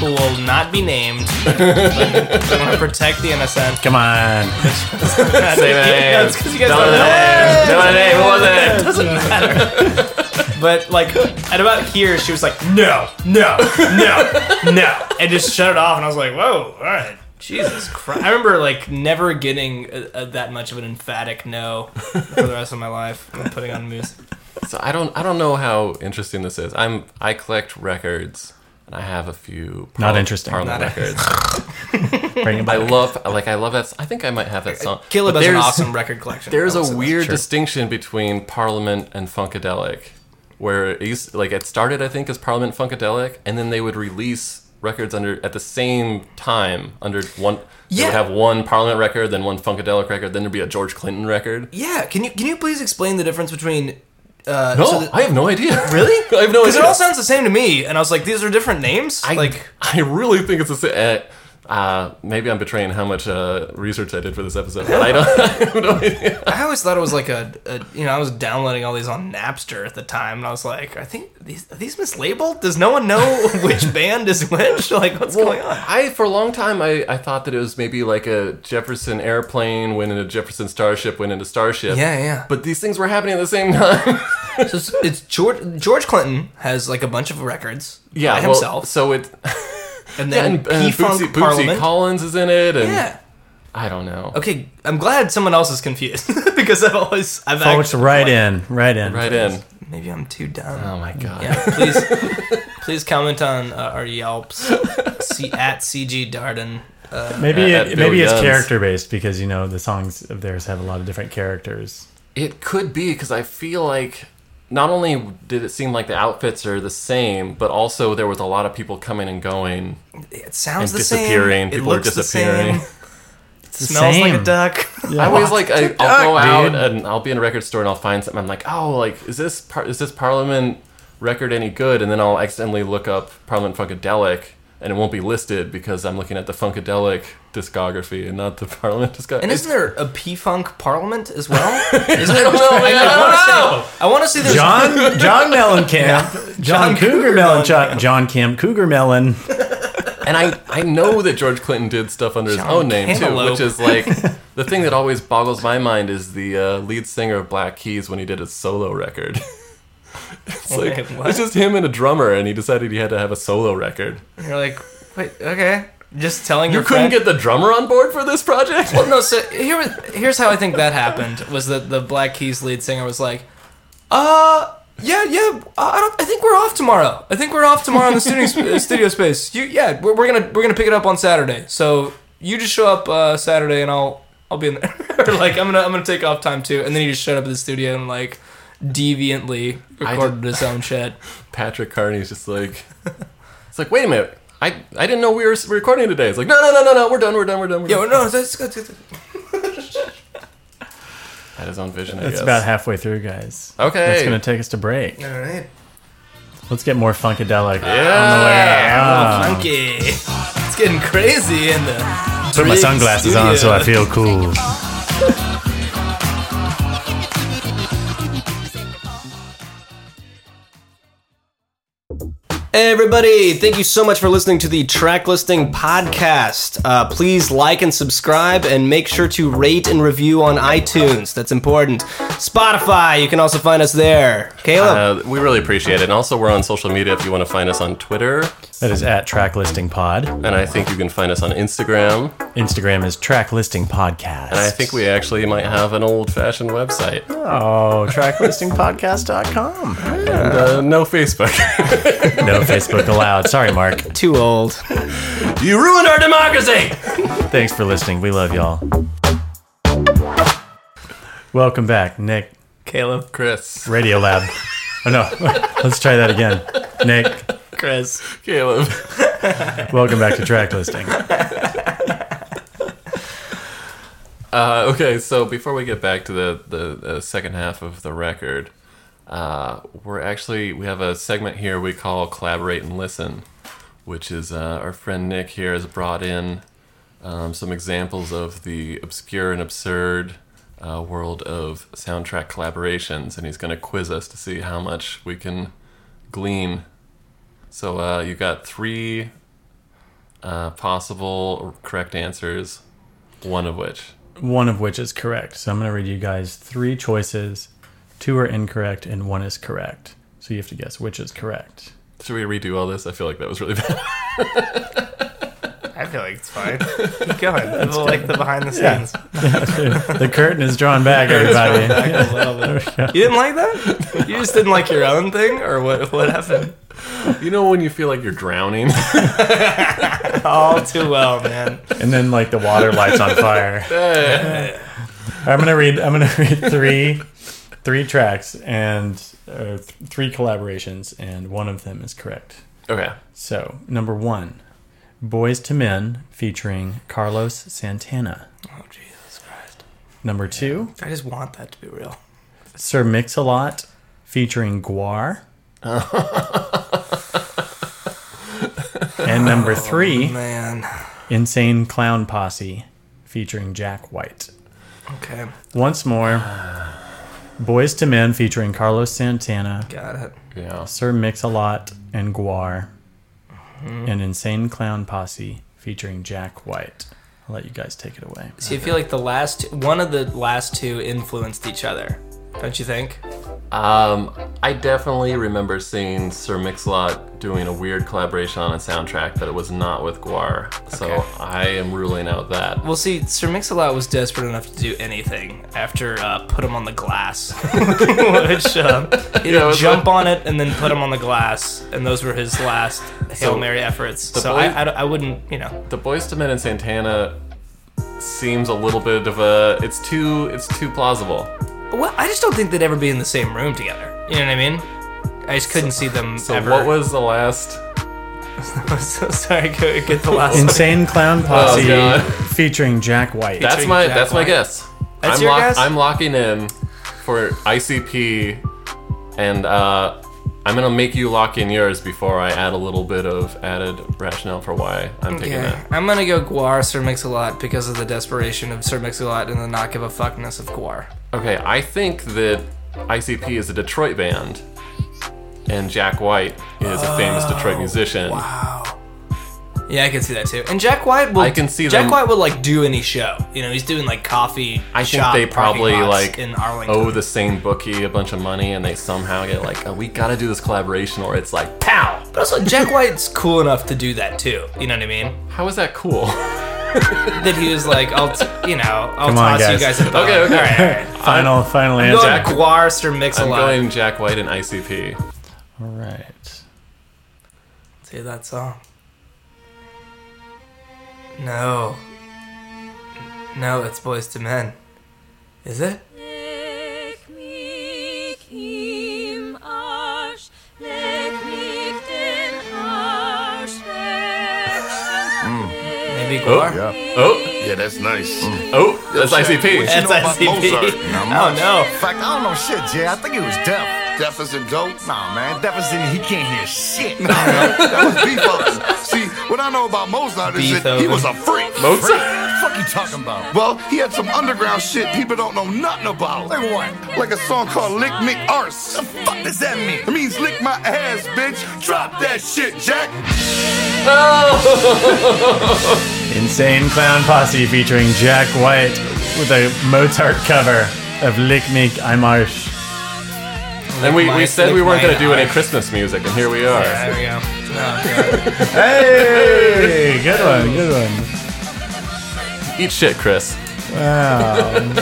Speaker 2: who will not be named. I want to protect the innocent.
Speaker 1: Come on.
Speaker 3: Say my name.
Speaker 2: No, it's 'cause you guys
Speaker 3: Don't
Speaker 2: don't know.
Speaker 3: know my name. Don't know my name. What was
Speaker 2: Doesn't
Speaker 3: it?
Speaker 2: matter. But like at about here, she was like, "No, no, no, no," and just shut it off. And I was like, "Whoa, all right." Jesus Christ! I remember like never getting uh uh that much of an emphatic no for the rest of my life. when putting on moose.
Speaker 3: So I don't I don't know how interesting this is. I'm I collect records and I have a few Parli-
Speaker 1: Not interesting.
Speaker 3: Parliament
Speaker 2: Not-
Speaker 3: records.
Speaker 1: Bring it
Speaker 3: I
Speaker 1: back.
Speaker 3: love like I love that s- I think I might have that song.
Speaker 2: Uh, Caleb
Speaker 3: But
Speaker 2: has an
Speaker 3: there's-
Speaker 2: awesome record collection.
Speaker 3: There's
Speaker 2: I will
Speaker 3: a
Speaker 2: say that.
Speaker 3: weird distinction between Parliament and Funkadelic, where it used like it started, I think, as Parliament Funkadelic, and then they would release records under at the same time under one. They
Speaker 2: Yeah.
Speaker 3: would have one Parliament record, then one Funkadelic record, then there'd be a George Clinton record.
Speaker 2: Yeah, can you can you please explain the difference between? Uh,
Speaker 3: No,
Speaker 2: so the-
Speaker 3: Oh, I have no idea.
Speaker 2: really?
Speaker 3: I have no
Speaker 2: Because
Speaker 3: idea.
Speaker 2: it all sounds the same to me, and I was like, "These are different names."
Speaker 3: I,
Speaker 2: like,
Speaker 3: I really think it's the same. Uh, uh, maybe I'm betraying how much uh, research I did for this episode, but I don't. I have no idea.
Speaker 2: I always thought it was like a, a you know I was downloading all these on Napster at the time and I was like I think these are these mislabeled does no one know which band is which like what's going on
Speaker 3: I for a long time I, I thought that it was maybe like a Jefferson airplane went into Jefferson starship went into starship.
Speaker 2: Yeah, yeah.
Speaker 3: But these things were happening at the same time.
Speaker 2: so it's, it's George George Clinton has like a bunch of records
Speaker 3: yeah,
Speaker 2: by
Speaker 3: well,
Speaker 2: himself
Speaker 3: so it
Speaker 2: and
Speaker 3: and,
Speaker 2: then
Speaker 3: and uh,
Speaker 2: P Funk
Speaker 3: Bootsy, Bootsy
Speaker 2: Parliament
Speaker 3: Collins is in it, and
Speaker 2: yeah
Speaker 3: I don't know.
Speaker 2: okay I'm glad someone else is confused because I've always I've
Speaker 1: Folks,
Speaker 2: act-
Speaker 1: Oh, right in. Right in.
Speaker 3: Right in.
Speaker 2: maybe I'm too dumb
Speaker 3: Oh my
Speaker 2: Mm,
Speaker 3: god.
Speaker 2: yeah please please comment on uh, our Yelps C- at CG Darden
Speaker 1: Maybe it,
Speaker 3: At- at
Speaker 1: maybe
Speaker 3: Billy
Speaker 1: it's
Speaker 3: Gunn's.
Speaker 1: character based because you know the songs of theirs have a lot of different characters.
Speaker 3: It could be because I feel like not only did it seem like the outfits are the same, but also there was a lot of people coming and going.
Speaker 2: it sounds
Speaker 3: And
Speaker 2: the same
Speaker 3: disappearing.
Speaker 2: it
Speaker 3: People are
Speaker 2: looks the
Speaker 3: disappearing.
Speaker 2: same. smells like a duck.
Speaker 3: I always like I, I'll go out
Speaker 1: dude.
Speaker 3: and I'll be in a record store and I'll find something. I'm like, oh, like is this par- is this Parliament record any good? And then I'll accidentally look up Parliament Funkadelic and it won't be listed because I'm looking at the Funkadelic discography and not the Parliament discography.
Speaker 2: And isn't there a P Funk Parliament as well? Isn't
Speaker 3: I don't know. man, I don't know.
Speaker 2: I want to say there's
Speaker 1: John John Mellencamp, John,
Speaker 2: John
Speaker 1: Cougar,
Speaker 2: Cougar
Speaker 1: Mellencamp, John Kim Cougar Mellon.
Speaker 3: And I, I know that George Clinton did stuff under his
Speaker 2: John
Speaker 3: own name too,
Speaker 2: Cantaloupe.
Speaker 3: which is like the thing that always boggles my mind is the uh, lead singer of Black Keys when he did his solo record. It's like
Speaker 2: Wait, what?
Speaker 3: it's just him and a drummer, and he decided he had to have a solo record.
Speaker 2: You're like, wait, okay. Just telling
Speaker 3: You
Speaker 2: your
Speaker 3: couldn't
Speaker 2: friend-
Speaker 3: get the drummer on board for this project.
Speaker 2: Well, no. So here, was- here's how I think that happened: was that the Black Keys lead singer was like, "Uh, yeah, yeah. Uh, I don't. I think we're off tomorrow. I think we're off tomorrow in the studio, sp- uh, studio space. You, yeah, we're, we're gonna we're gonna pick it up on Saturday. So you just show up uh, Saturday, and I'll I'll be in there. Or, like I'm gonna I'm gonna take off time too. And then he just showed up at the studio and like deviantly recorded his own shit.
Speaker 3: Patrick Carney's just like, it's like, wait a minute, I I didn't know we were s- recording today. It's like, no, no, no, no, no, we're done, we're done, we're done. We're
Speaker 2: Yeah,
Speaker 3: done.
Speaker 2: well, no, that's good. that's good.
Speaker 3: Had his own vision. I
Speaker 1: It's
Speaker 3: guess.
Speaker 1: about halfway through, guys.
Speaker 3: Okay.
Speaker 1: That's going to take us to break.
Speaker 2: All right,
Speaker 1: Let's get more Funkadelic
Speaker 2: yeah,
Speaker 1: on the way Ah. out.
Speaker 2: funky. It's getting crazy in the
Speaker 1: Put my sunglasses on so I feel cool.
Speaker 7: Hey everybody, thank you so much for listening to the track listing podcast. Uh, please like and subscribe and make sure to rate and review on iTunes. That's important. Spotify, you can also find us there. Caleb.
Speaker 3: Uh, we really appreciate it. And also, we're on social media if you want to find us on Twitter.
Speaker 1: That is at Track Listing Pod.
Speaker 3: And I think you can find us on Instagram.
Speaker 1: Instagram is Track Listing Podcast.
Speaker 3: And I think we actually might have an old fashioned website.
Speaker 1: Oh, tracklistingpodcast.com.
Speaker 3: And, uh, no Facebook.
Speaker 1: No Facebook allowed. Sorry, Mark.
Speaker 7: Too old.
Speaker 3: you ruined our democracy!
Speaker 1: Thanks for listening. We love y'all. Welcome back, Nick.
Speaker 2: Caleb,
Speaker 3: Chris,
Speaker 1: Radio Lab. Oh no, let's try that again. Nick,
Speaker 2: Chris.
Speaker 3: Caleb.
Speaker 1: welcome back to track listing.
Speaker 3: Uh, okay, so before we get back to the, the, the second half of the record, uh, we're actually, we have a segment here we call Collaborate and Listen, which is uh, our friend Nick here has brought in um, some examples of the obscure and absurd uh, world of soundtrack collaborations, and he's going to quiz us to see how much we can glean. So uh, you got three uh, possible correct answers, one of which.
Speaker 1: One of which is correct. So I'm going to read you guys three choices. Two are incorrect, and one is correct. So you have to guess which is correct.
Speaker 3: Should we redo all this? I feel like that was really bad.
Speaker 2: I feel like it's fine. Keep going. People like the behind the scenes.
Speaker 1: The curtain is drawn back, everybody.
Speaker 2: You didn't like that? You just didn't like your own thing, or what? What happened?
Speaker 3: You know when you feel like you're drowning?
Speaker 2: All too well, man.
Speaker 1: And then like the water lights on fire. I'm gonna read. I'm gonna read three, three tracks and uh, th- three collaborations, and one of them is correct.
Speaker 3: okay.
Speaker 1: So, number one, Boys to Men featuring Carlos Santana.
Speaker 2: Oh Jesus Christ!
Speaker 1: Number two,
Speaker 2: I just want that to be real.
Speaker 1: Sir Mix a Lot featuring Guar. and number three,
Speaker 2: Man.
Speaker 1: Insane Clown Posse featuring Jack White.
Speaker 2: Okay.
Speaker 1: Once more, Boys to Men featuring Carlos Santana,
Speaker 2: Got it.
Speaker 3: Yeah.
Speaker 1: Sir Mix a Lot, and Guar. And Insane Clown Posse featuring Jack White. I'll let you guys take it away.
Speaker 2: See, I feel like the last two, one of the last two influenced each other. Don't you think?
Speaker 3: Um, I definitely remember seeing Sir Mix-a-Lot doing a weird collaboration on a soundtrack that it was not with Guar. So
Speaker 2: Okay.
Speaker 3: I am ruling out that.
Speaker 2: Well, see, Sir Mix-a-Lot was desperate enough to do anything after uh, put him on the glass, which um, he'd
Speaker 3: Yeah, it was
Speaker 2: jump
Speaker 3: like-
Speaker 2: on it and then put him on the glass, and those were his last hail
Speaker 3: So,
Speaker 2: mary efforts. So
Speaker 3: boy-
Speaker 2: I, I, don't- I wouldn't, you know.
Speaker 3: The Boys to Men and Santana seems a little bit of a it's too it's too plausible.
Speaker 2: Well, I just don't think they'd ever be in the same room together. You know what I mean? I just couldn't see them
Speaker 3: So
Speaker 2: ever.
Speaker 3: what was the last
Speaker 2: was? so sorry, go get the last. one.
Speaker 1: Insane Clown Posse
Speaker 3: God.
Speaker 1: featuring Jack White.
Speaker 3: That's my
Speaker 2: Jack
Speaker 3: that's my
Speaker 2: White.
Speaker 3: guess.
Speaker 2: That's
Speaker 3: I'm
Speaker 2: your guess?
Speaker 3: I'm locking in for ICP, and uh, I'm gonna make you lock in yours before I add a little bit of added rationale for why I'm taking
Speaker 2: Yeah,
Speaker 3: that.
Speaker 2: I'm gonna go Guar Sir Mix-a-Lot because of the desperation of Sir Mix-a-Lot and the not give a fuckness of Guar.
Speaker 3: Okay, I think that ICP is a Detroit band,
Speaker 2: Oh,
Speaker 3: and Jack White is a famous Detroit musician. Wow.
Speaker 2: Yeah, I can see that too. And Jack White will.
Speaker 3: I can see
Speaker 2: Jack
Speaker 3: them-
Speaker 2: White will like do any show. You know, he's doing like coffee.
Speaker 3: I think
Speaker 2: shop
Speaker 3: they probably
Speaker 2: parking lots
Speaker 3: like oh.
Speaker 2: in Arlington.
Speaker 3: owe the same bookie a bunch of money, and they somehow get like, oh, we gotta do this collaboration, or it's like, pow!
Speaker 2: But also, Jack White's cool enough to do that too. You know what I mean?
Speaker 3: How is that cool?
Speaker 2: That he was like, I'll, t- you know, I'll
Speaker 1: Come on,
Speaker 2: toss you
Speaker 1: guys.
Speaker 2: guys a bone.
Speaker 3: Okay, okay.
Speaker 2: All right, all right.
Speaker 1: Final, final
Speaker 2: I'm
Speaker 1: answer.
Speaker 2: going Guars or Mix a
Speaker 3: I'm
Speaker 2: lot.
Speaker 3: going Jack White and ICP.
Speaker 1: All right.
Speaker 2: Say that song. No. No, it's Boys to Men. Is it?
Speaker 8: Lech mich im Arsch, lech mich den Arsch wegschen.
Speaker 2: Maybe Guar?
Speaker 3: Oh,
Speaker 9: Mm. Yeah, that's nice.
Speaker 3: oh, that's ICP.
Speaker 2: That's ICP. Oh no.
Speaker 9: In fact, I don't know shit, Jay. I think he was deaf. Deaf is in dope? Nah, man. Deaf is in he can't hear shit. Nah, man. That was Beethoven. See, what I know about Mozart is that he
Speaker 2: Beethoven.
Speaker 9: was a freak.
Speaker 3: Mozart?
Speaker 9: What the fuck you talking about? Well, he had some underground shit people don't know nothing about. Like what? Like a song called Lick Me Arse. The fuck does that mean? It means lick my ass, bitch. Drop that shit, Jack.
Speaker 1: Insane Clown Posse featuring Jack White with a Mozart cover of Lick Me I'm Arsch.
Speaker 3: And we, we
Speaker 2: Mine-
Speaker 3: said we
Speaker 2: Lick
Speaker 3: weren't
Speaker 2: Mine
Speaker 3: gonna do any
Speaker 2: Arse.
Speaker 3: Christmas music, and here we are.
Speaker 2: There we go. No, God.
Speaker 1: Hey, good one, good one.
Speaker 3: Eat shit, Chris.
Speaker 2: I don't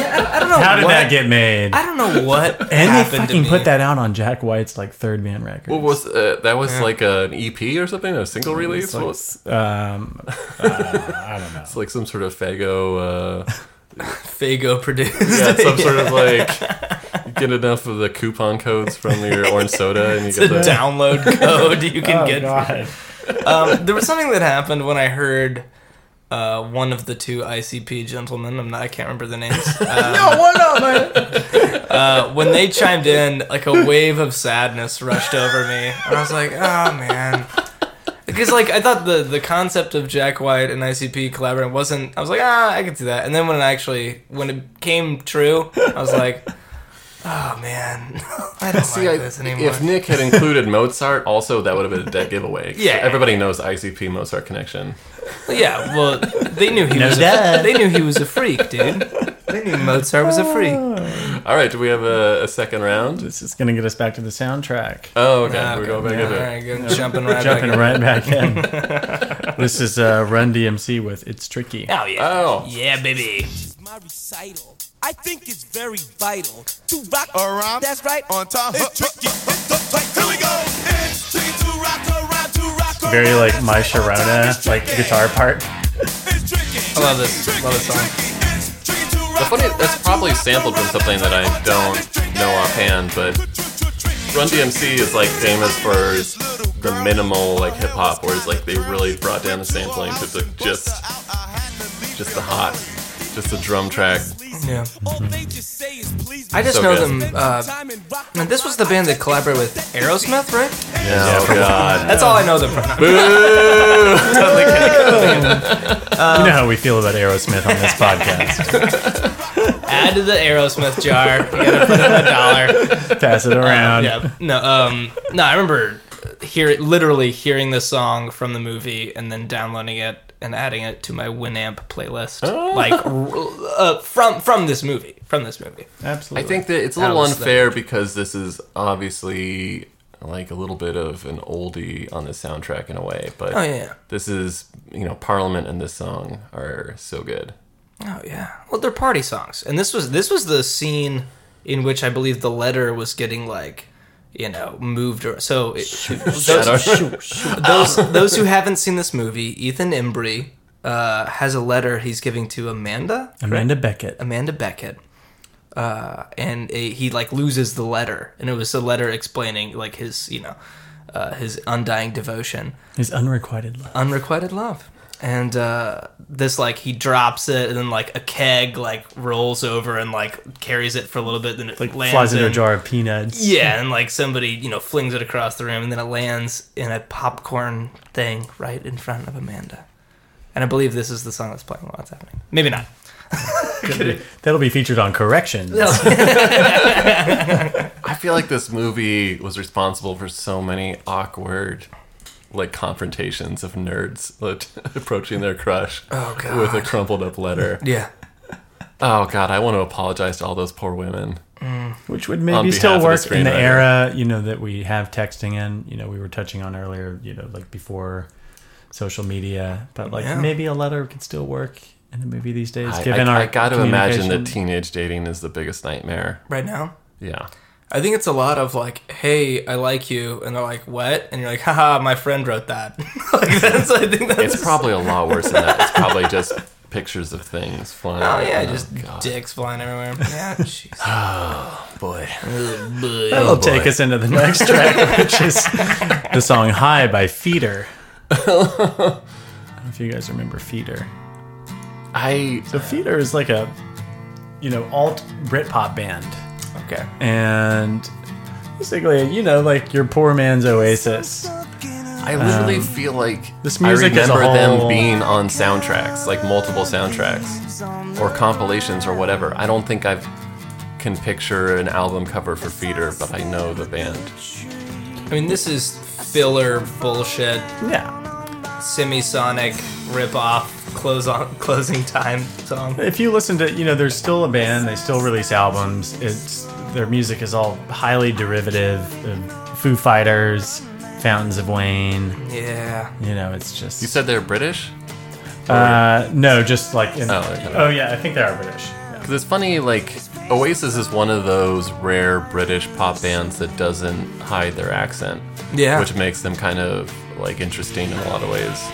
Speaker 2: know
Speaker 1: How did
Speaker 2: what,
Speaker 1: that get made?
Speaker 2: I don't know what
Speaker 1: And they
Speaker 2: happened
Speaker 1: fucking
Speaker 2: to me.
Speaker 1: put that out on Jack White's like third man record.
Speaker 3: What was uh, that? Was like an EP or something, a single release? What was- It's like,
Speaker 1: Um, uh, I don't know.
Speaker 3: some sort of Fago. Uh,
Speaker 2: Fago produced.
Speaker 3: yeah, some sort of like you get enough of the coupon codes from your orange soda, and you
Speaker 2: the
Speaker 3: get the
Speaker 2: download code you can get.
Speaker 1: God.
Speaker 2: Um, there was something that happened when I heard uh, one of the two ICP gentlemen. I'm not. I can't remember the names. Uh, no, one of them. uh, when they chimed in, like a wave of sadness rushed over me, and I was like, "Oh man." Because like I thought the the concept of Jack White and ICP collaborating wasn't I was like ah I could see that and then when it actually when it came true I was like oh man I don't
Speaker 3: See,
Speaker 2: like
Speaker 3: I-
Speaker 2: this anymore
Speaker 3: if Nick had included Mozart, also that would have been a dead giveaway. 'cause
Speaker 2: Yeah.
Speaker 3: everybody knows ICP Mozart connection.
Speaker 2: Yeah, well, they knew he was. A,
Speaker 1: duh.
Speaker 2: they knew he was a freak, dude. They knew Mozart was a freak.
Speaker 3: All right, do we have a, a second round?
Speaker 1: This is gonna get us back to the soundtrack.
Speaker 3: Oh, okay,
Speaker 2: Ah,
Speaker 3: we're going back
Speaker 2: yeah,
Speaker 3: into
Speaker 2: all
Speaker 3: it.
Speaker 2: right, good. Jumping right
Speaker 1: Jumping right
Speaker 2: back.
Speaker 1: back in. this is uh, Run DMC with "It's Tricky."
Speaker 2: Oh yeah.
Speaker 3: Oh.
Speaker 2: Yeah, baby.
Speaker 10: my recital. I think it's very vital to rock.
Speaker 9: A rhyme?
Speaker 10: That's right.
Speaker 9: On time.
Speaker 10: It's tricky. It's like, here we go. It's tricky to rock, to rock, to rock. to
Speaker 1: Very
Speaker 10: rock.
Speaker 1: like
Speaker 10: That's
Speaker 1: my
Speaker 10: right. On time.
Speaker 1: Sharona
Speaker 10: It's
Speaker 1: like
Speaker 10: tricky.
Speaker 1: guitar part.
Speaker 10: It's tricky.
Speaker 2: I love this. Love this song.
Speaker 10: The
Speaker 3: The funny, that's probably sampled from something that I don't know offhand, but Run DMC is like famous for the minimal like hip hop, whereas like they really brought down the sampling to the, just just the hot, just the drum track.
Speaker 2: Yeah. I just
Speaker 3: So
Speaker 2: know
Speaker 3: good.
Speaker 2: them. Uh, and this was the band that collaborated with Aerosmith, right?
Speaker 3: Oh god.
Speaker 2: That's all I know them from. Totally kidding. Um,
Speaker 1: you know how we feel about Aerosmith on this podcast.
Speaker 2: Add to the Aerosmith jar. You gotta put in a dollar.
Speaker 1: Pass it around.
Speaker 2: yeah. No, um, no, I remember hear literally hearing the song from the movie and then downloading it and adding it to my Winamp playlist, like r- uh, from from this movie, from this movie.
Speaker 1: Absolutely.
Speaker 3: I think that it's a little
Speaker 2: How's that?
Speaker 3: unfair because this is obviously like a little bit of an oldie on the soundtrack in a way, but
Speaker 2: Oh yeah,
Speaker 3: this is you know Parliament and this song are so good.
Speaker 2: oh yeah. Well, they're party songs, and this was this was the scene in which I believe the letter was getting like. You know, moved or so. It, those, those those who haven't seen this movie, Ethan Embry uh, has a letter he's giving to Amanda.
Speaker 1: Amanda Beckett.
Speaker 2: Amanda Beckett. Uh, and a, he like loses the letter, and it was a letter explaining like his you know uh, his undying devotion,
Speaker 1: His unrequited love.
Speaker 2: unrequited love, and uh, this like he drops it, and then like a keg like rolls over and like carries it for a little bit, then it
Speaker 1: Like
Speaker 2: lands
Speaker 1: flies into a
Speaker 2: in-
Speaker 1: jar of peanuts.
Speaker 2: Yeah, and like somebody you know flings it across the room, and then it lands in a popcorn thing right in front of Amanda, and I believe this is the song that's playing while it's happening. Maybe not.
Speaker 1: That'll be featured on Corrections.
Speaker 3: I feel like this movie was responsible for so many awkward like confrontations of nerds that- approaching their crush
Speaker 2: Oh, God.
Speaker 3: with a crumpled up letter.
Speaker 2: Yeah.
Speaker 3: Oh God, I want to apologize to all those poor women.
Speaker 1: Mm. Which would
Speaker 3: On
Speaker 1: maybe
Speaker 3: behalf
Speaker 1: still
Speaker 3: of the
Speaker 1: work in the
Speaker 3: screenwriter.
Speaker 1: era, you know, that we have texting in. You know, we were touching on earlier, you know, like before social media, but like
Speaker 3: Yeah.
Speaker 1: maybe a letter could still work in a movie these days,
Speaker 3: I,
Speaker 1: given
Speaker 3: I,
Speaker 1: our.
Speaker 3: I got to imagine that
Speaker 1: communication.
Speaker 3: teenage dating is the biggest nightmare
Speaker 2: Right now?
Speaker 3: Yeah.
Speaker 2: I think it's a lot of like, hey, I like you, and they're like, what? And you're like, haha, my friend wrote that. like that's, I think that's
Speaker 3: It's probably a lot worse than that. It's probably just pictures of things flying.
Speaker 2: Oh yeah,
Speaker 3: around.
Speaker 2: just
Speaker 3: God.
Speaker 2: dicks flying everywhere. Yeah, jeez.
Speaker 3: Oh boy.
Speaker 1: That'll
Speaker 3: Oh, boy.
Speaker 1: take us into the next track, which is the song "High" by Feeder. I don't know if you guys remember Feeder.
Speaker 3: I
Speaker 1: so Feeder is like a, you know, alt Britpop band.
Speaker 2: Okay.
Speaker 1: And basically, you know, like your poor man's Oasis.
Speaker 3: I literally feel like
Speaker 1: Um, this music
Speaker 3: I
Speaker 1: is a
Speaker 3: remember
Speaker 1: whole-
Speaker 3: them being on soundtracks, like multiple soundtracks, or compilations, or whatever. I don't think I've can picture an album cover for Feeder, but I know the band.
Speaker 2: I mean, this is filler bullshit.
Speaker 1: Yeah.
Speaker 2: Semisonic ripoff close on closing time song.
Speaker 1: If you listen to, you know, there's still a band. They still release albums. It's their music is all highly derivative of Foo Fighters, Fountains of Wayne.
Speaker 2: Yeah.
Speaker 1: You know, it's just.
Speaker 3: You said they're British.
Speaker 1: Uh, no, just like in.
Speaker 3: Oh,
Speaker 1: Oh,
Speaker 3: okay.
Speaker 1: yeah, I think they are British.
Speaker 3: Because it's funny, like Oasis is one of those rare British pop bands that doesn't hide their accent.
Speaker 2: Yeah.
Speaker 3: Which makes them kind of like interesting in a lot of ways.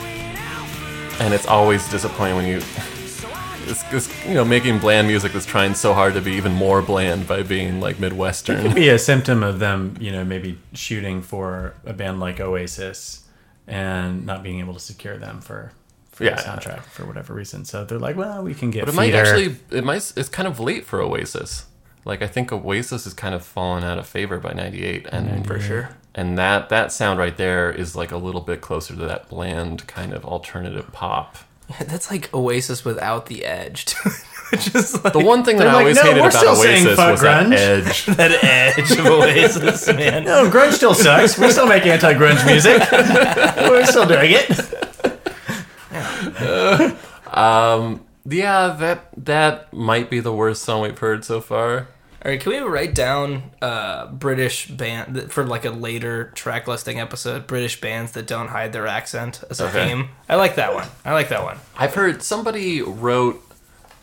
Speaker 3: And it's always disappointing when you, it's, it's, you know, making bland music that's trying so hard to be even more bland by being
Speaker 1: It
Speaker 3: like
Speaker 1: could
Speaker 3: Midwestern.
Speaker 1: be a symptom of them, you know, maybe shooting for a band like Oasis and not being able to secure them for, for
Speaker 3: Yeah.
Speaker 1: the soundtrack for whatever reason. So they're like, well, we can get.
Speaker 3: But it might
Speaker 1: Feeder.
Speaker 3: actually, it might, it's kind of late for Oasis. Like I think Oasis has kind of fallen out of favor by '98, and
Speaker 2: For sure.
Speaker 3: And that that sound right there is like a little bit closer to that bland kind of alternative pop.
Speaker 2: That's like Oasis without the edge. too, Which is like,
Speaker 3: The one thing that
Speaker 2: They're
Speaker 3: I
Speaker 2: like,
Speaker 3: always
Speaker 2: "No,
Speaker 3: hated
Speaker 2: we're
Speaker 3: about
Speaker 2: still saying
Speaker 3: Oasis
Speaker 2: fuck
Speaker 3: was that
Speaker 2: grunge."
Speaker 3: edge.
Speaker 2: that edge of Oasis, man.
Speaker 1: No, grunge still sucks. We still make anti-grunge music. We're still doing it.
Speaker 3: um, yeah, that that might be the worst song we've heard so far.
Speaker 2: All right, can we write down uh, British band th- for like a later track listing episode? British bands that don't hide their accent as a
Speaker 3: Okay.
Speaker 2: theme. I like that one. I like that one.
Speaker 3: I've heard somebody wrote.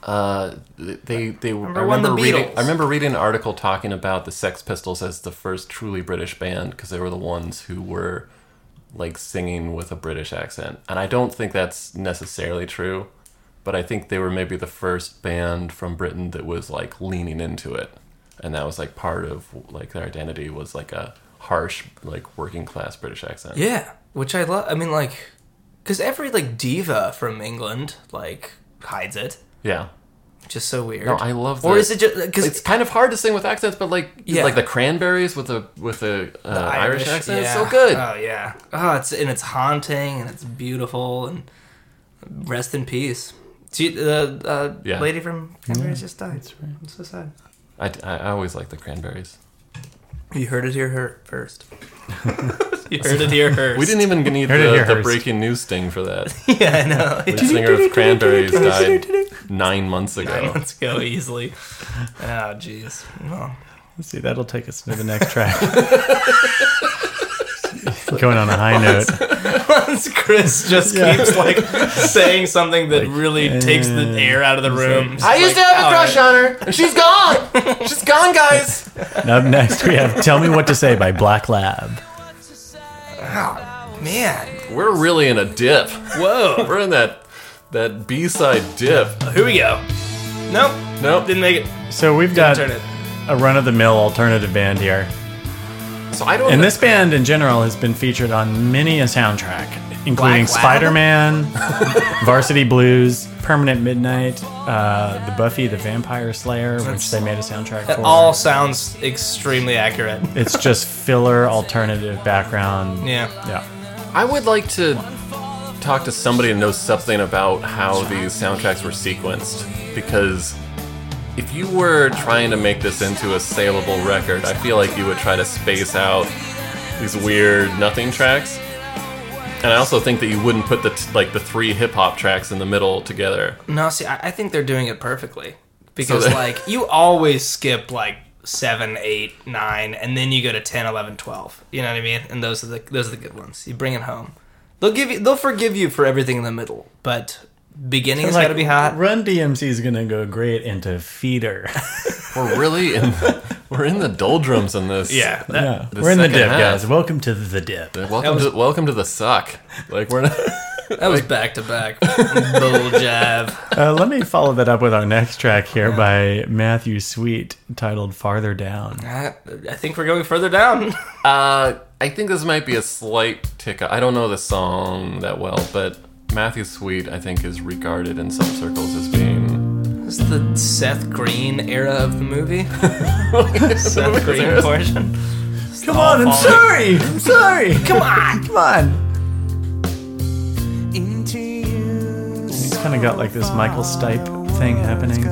Speaker 3: Uh, they they
Speaker 2: Number
Speaker 3: I
Speaker 2: one,
Speaker 3: remember
Speaker 2: the
Speaker 3: reading.
Speaker 2: Beatles.
Speaker 3: I remember reading an article talking about the Sex Pistols as the first truly British band because they were the ones who were like singing with a British accent, and I don't think that's necessarily true, but I think they were maybe the first band from Britain that was like leaning into it, and that was like part of like their identity was like a harsh like working class British accent.
Speaker 2: Yeah, which I love. I mean, like, because every like diva from England like hides it.
Speaker 3: Yeah.
Speaker 2: Just so weird.
Speaker 3: No, I love.
Speaker 2: Or
Speaker 3: the-
Speaker 2: is it just because
Speaker 3: it's kind of hard to sing with accents? But like,
Speaker 2: Yeah.
Speaker 3: like the Cranberries with a with a uh, Irish, accent is so
Speaker 2: yeah.
Speaker 3: good.
Speaker 2: Oh yeah. Oh, it's and it's haunting and it's beautiful and rest in peace. See, the uh,
Speaker 3: Yeah.
Speaker 2: lady from Cranberries
Speaker 1: Yeah,
Speaker 2: just died.
Speaker 1: that's right.
Speaker 2: I'm so sad.
Speaker 3: I, I, I always like the Cranberries.
Speaker 2: You heard it here her- first. you heard it here first.
Speaker 3: We didn't even need
Speaker 1: Heard it
Speaker 3: the,
Speaker 1: here
Speaker 3: the
Speaker 1: first.
Speaker 3: breaking news sting for that.
Speaker 2: Yeah, I know.
Speaker 3: Lead singer of Cranberries died nine months ago.
Speaker 2: Nine months ago, easily. Oh, jeez. Well,
Speaker 1: Let's see. That'll take us to the next track. Going on a high note.
Speaker 2: Once Chris just
Speaker 1: Yeah.
Speaker 2: keeps like saying something that really takes the air out of the room.
Speaker 3: I used to have a crush on her, and she's gone. she's gone, guys.
Speaker 1: And Up next, we have "Tell Me What to Say" by Black Lab.
Speaker 2: on. Man,
Speaker 3: We're really in a dip.
Speaker 2: whoa.
Speaker 3: We're in that that B side dip.
Speaker 2: Here we go. Nope.
Speaker 3: Nope.
Speaker 2: Didn't make it.
Speaker 1: So we've
Speaker 2: Didn't
Speaker 1: got
Speaker 2: turn it.
Speaker 1: a run-of-the-mill alternative band here.
Speaker 3: So I don't.
Speaker 1: And this band in general has been featured on many a soundtrack, including
Speaker 2: Black Lab?
Speaker 1: Spider Man, Varsity Blues, Permanent Midnight, uh, the Buffy the Vampire Slayer, which they made a soundtrack
Speaker 2: That
Speaker 1: for.
Speaker 2: all sounds extremely accurate.
Speaker 1: it's just filler alternative background.
Speaker 2: Yeah.
Speaker 1: Yeah.
Speaker 3: I would like to talk to somebody who knows something about how these soundtracks were sequenced because if you were trying to make this into a saleable record, I feel like you would try to space out these weird nothing tracks. And I also think that you wouldn't put the t- like the three hip hop tracks in the middle together.
Speaker 2: No, see, I, I think they're doing it perfectly because
Speaker 3: So they-
Speaker 2: like you always skip like seven, eight, nine, and then you go to 10, 11, 12. You know what I mean? And those are the those are the good ones. You bring it home. They'll give you. They'll forgive you for everything in the middle, but beginning has got to be hot.
Speaker 1: Run DMC is gonna go great into feeder.
Speaker 3: We're really in. We're in the doldrums in this.
Speaker 1: Yeah, that-
Speaker 3: yeah.
Speaker 1: We're in the
Speaker 3: second
Speaker 1: dip,
Speaker 3: half.
Speaker 1: guys. Welcome to the dip.
Speaker 3: Welcome to welcome to the suck. Like we're not.
Speaker 2: That was back to back. Bull jab.
Speaker 1: uh, let me follow that up with our next track here by Matthew Sweet, titled "Farther Down."
Speaker 2: I, I think we're going further down.
Speaker 3: Uh, I think this might be a slight tick. I don't know the song that well, but Matthew Sweet, I think, is regarded in some circles as being.
Speaker 2: This is the Seth Green era of the movie. Seth Green
Speaker 3: Yes.
Speaker 2: portion.
Speaker 1: Come on, I'm sorry. I'm sorry. Come on. Come on. He's kind of got like this Michael Stipe thing happening.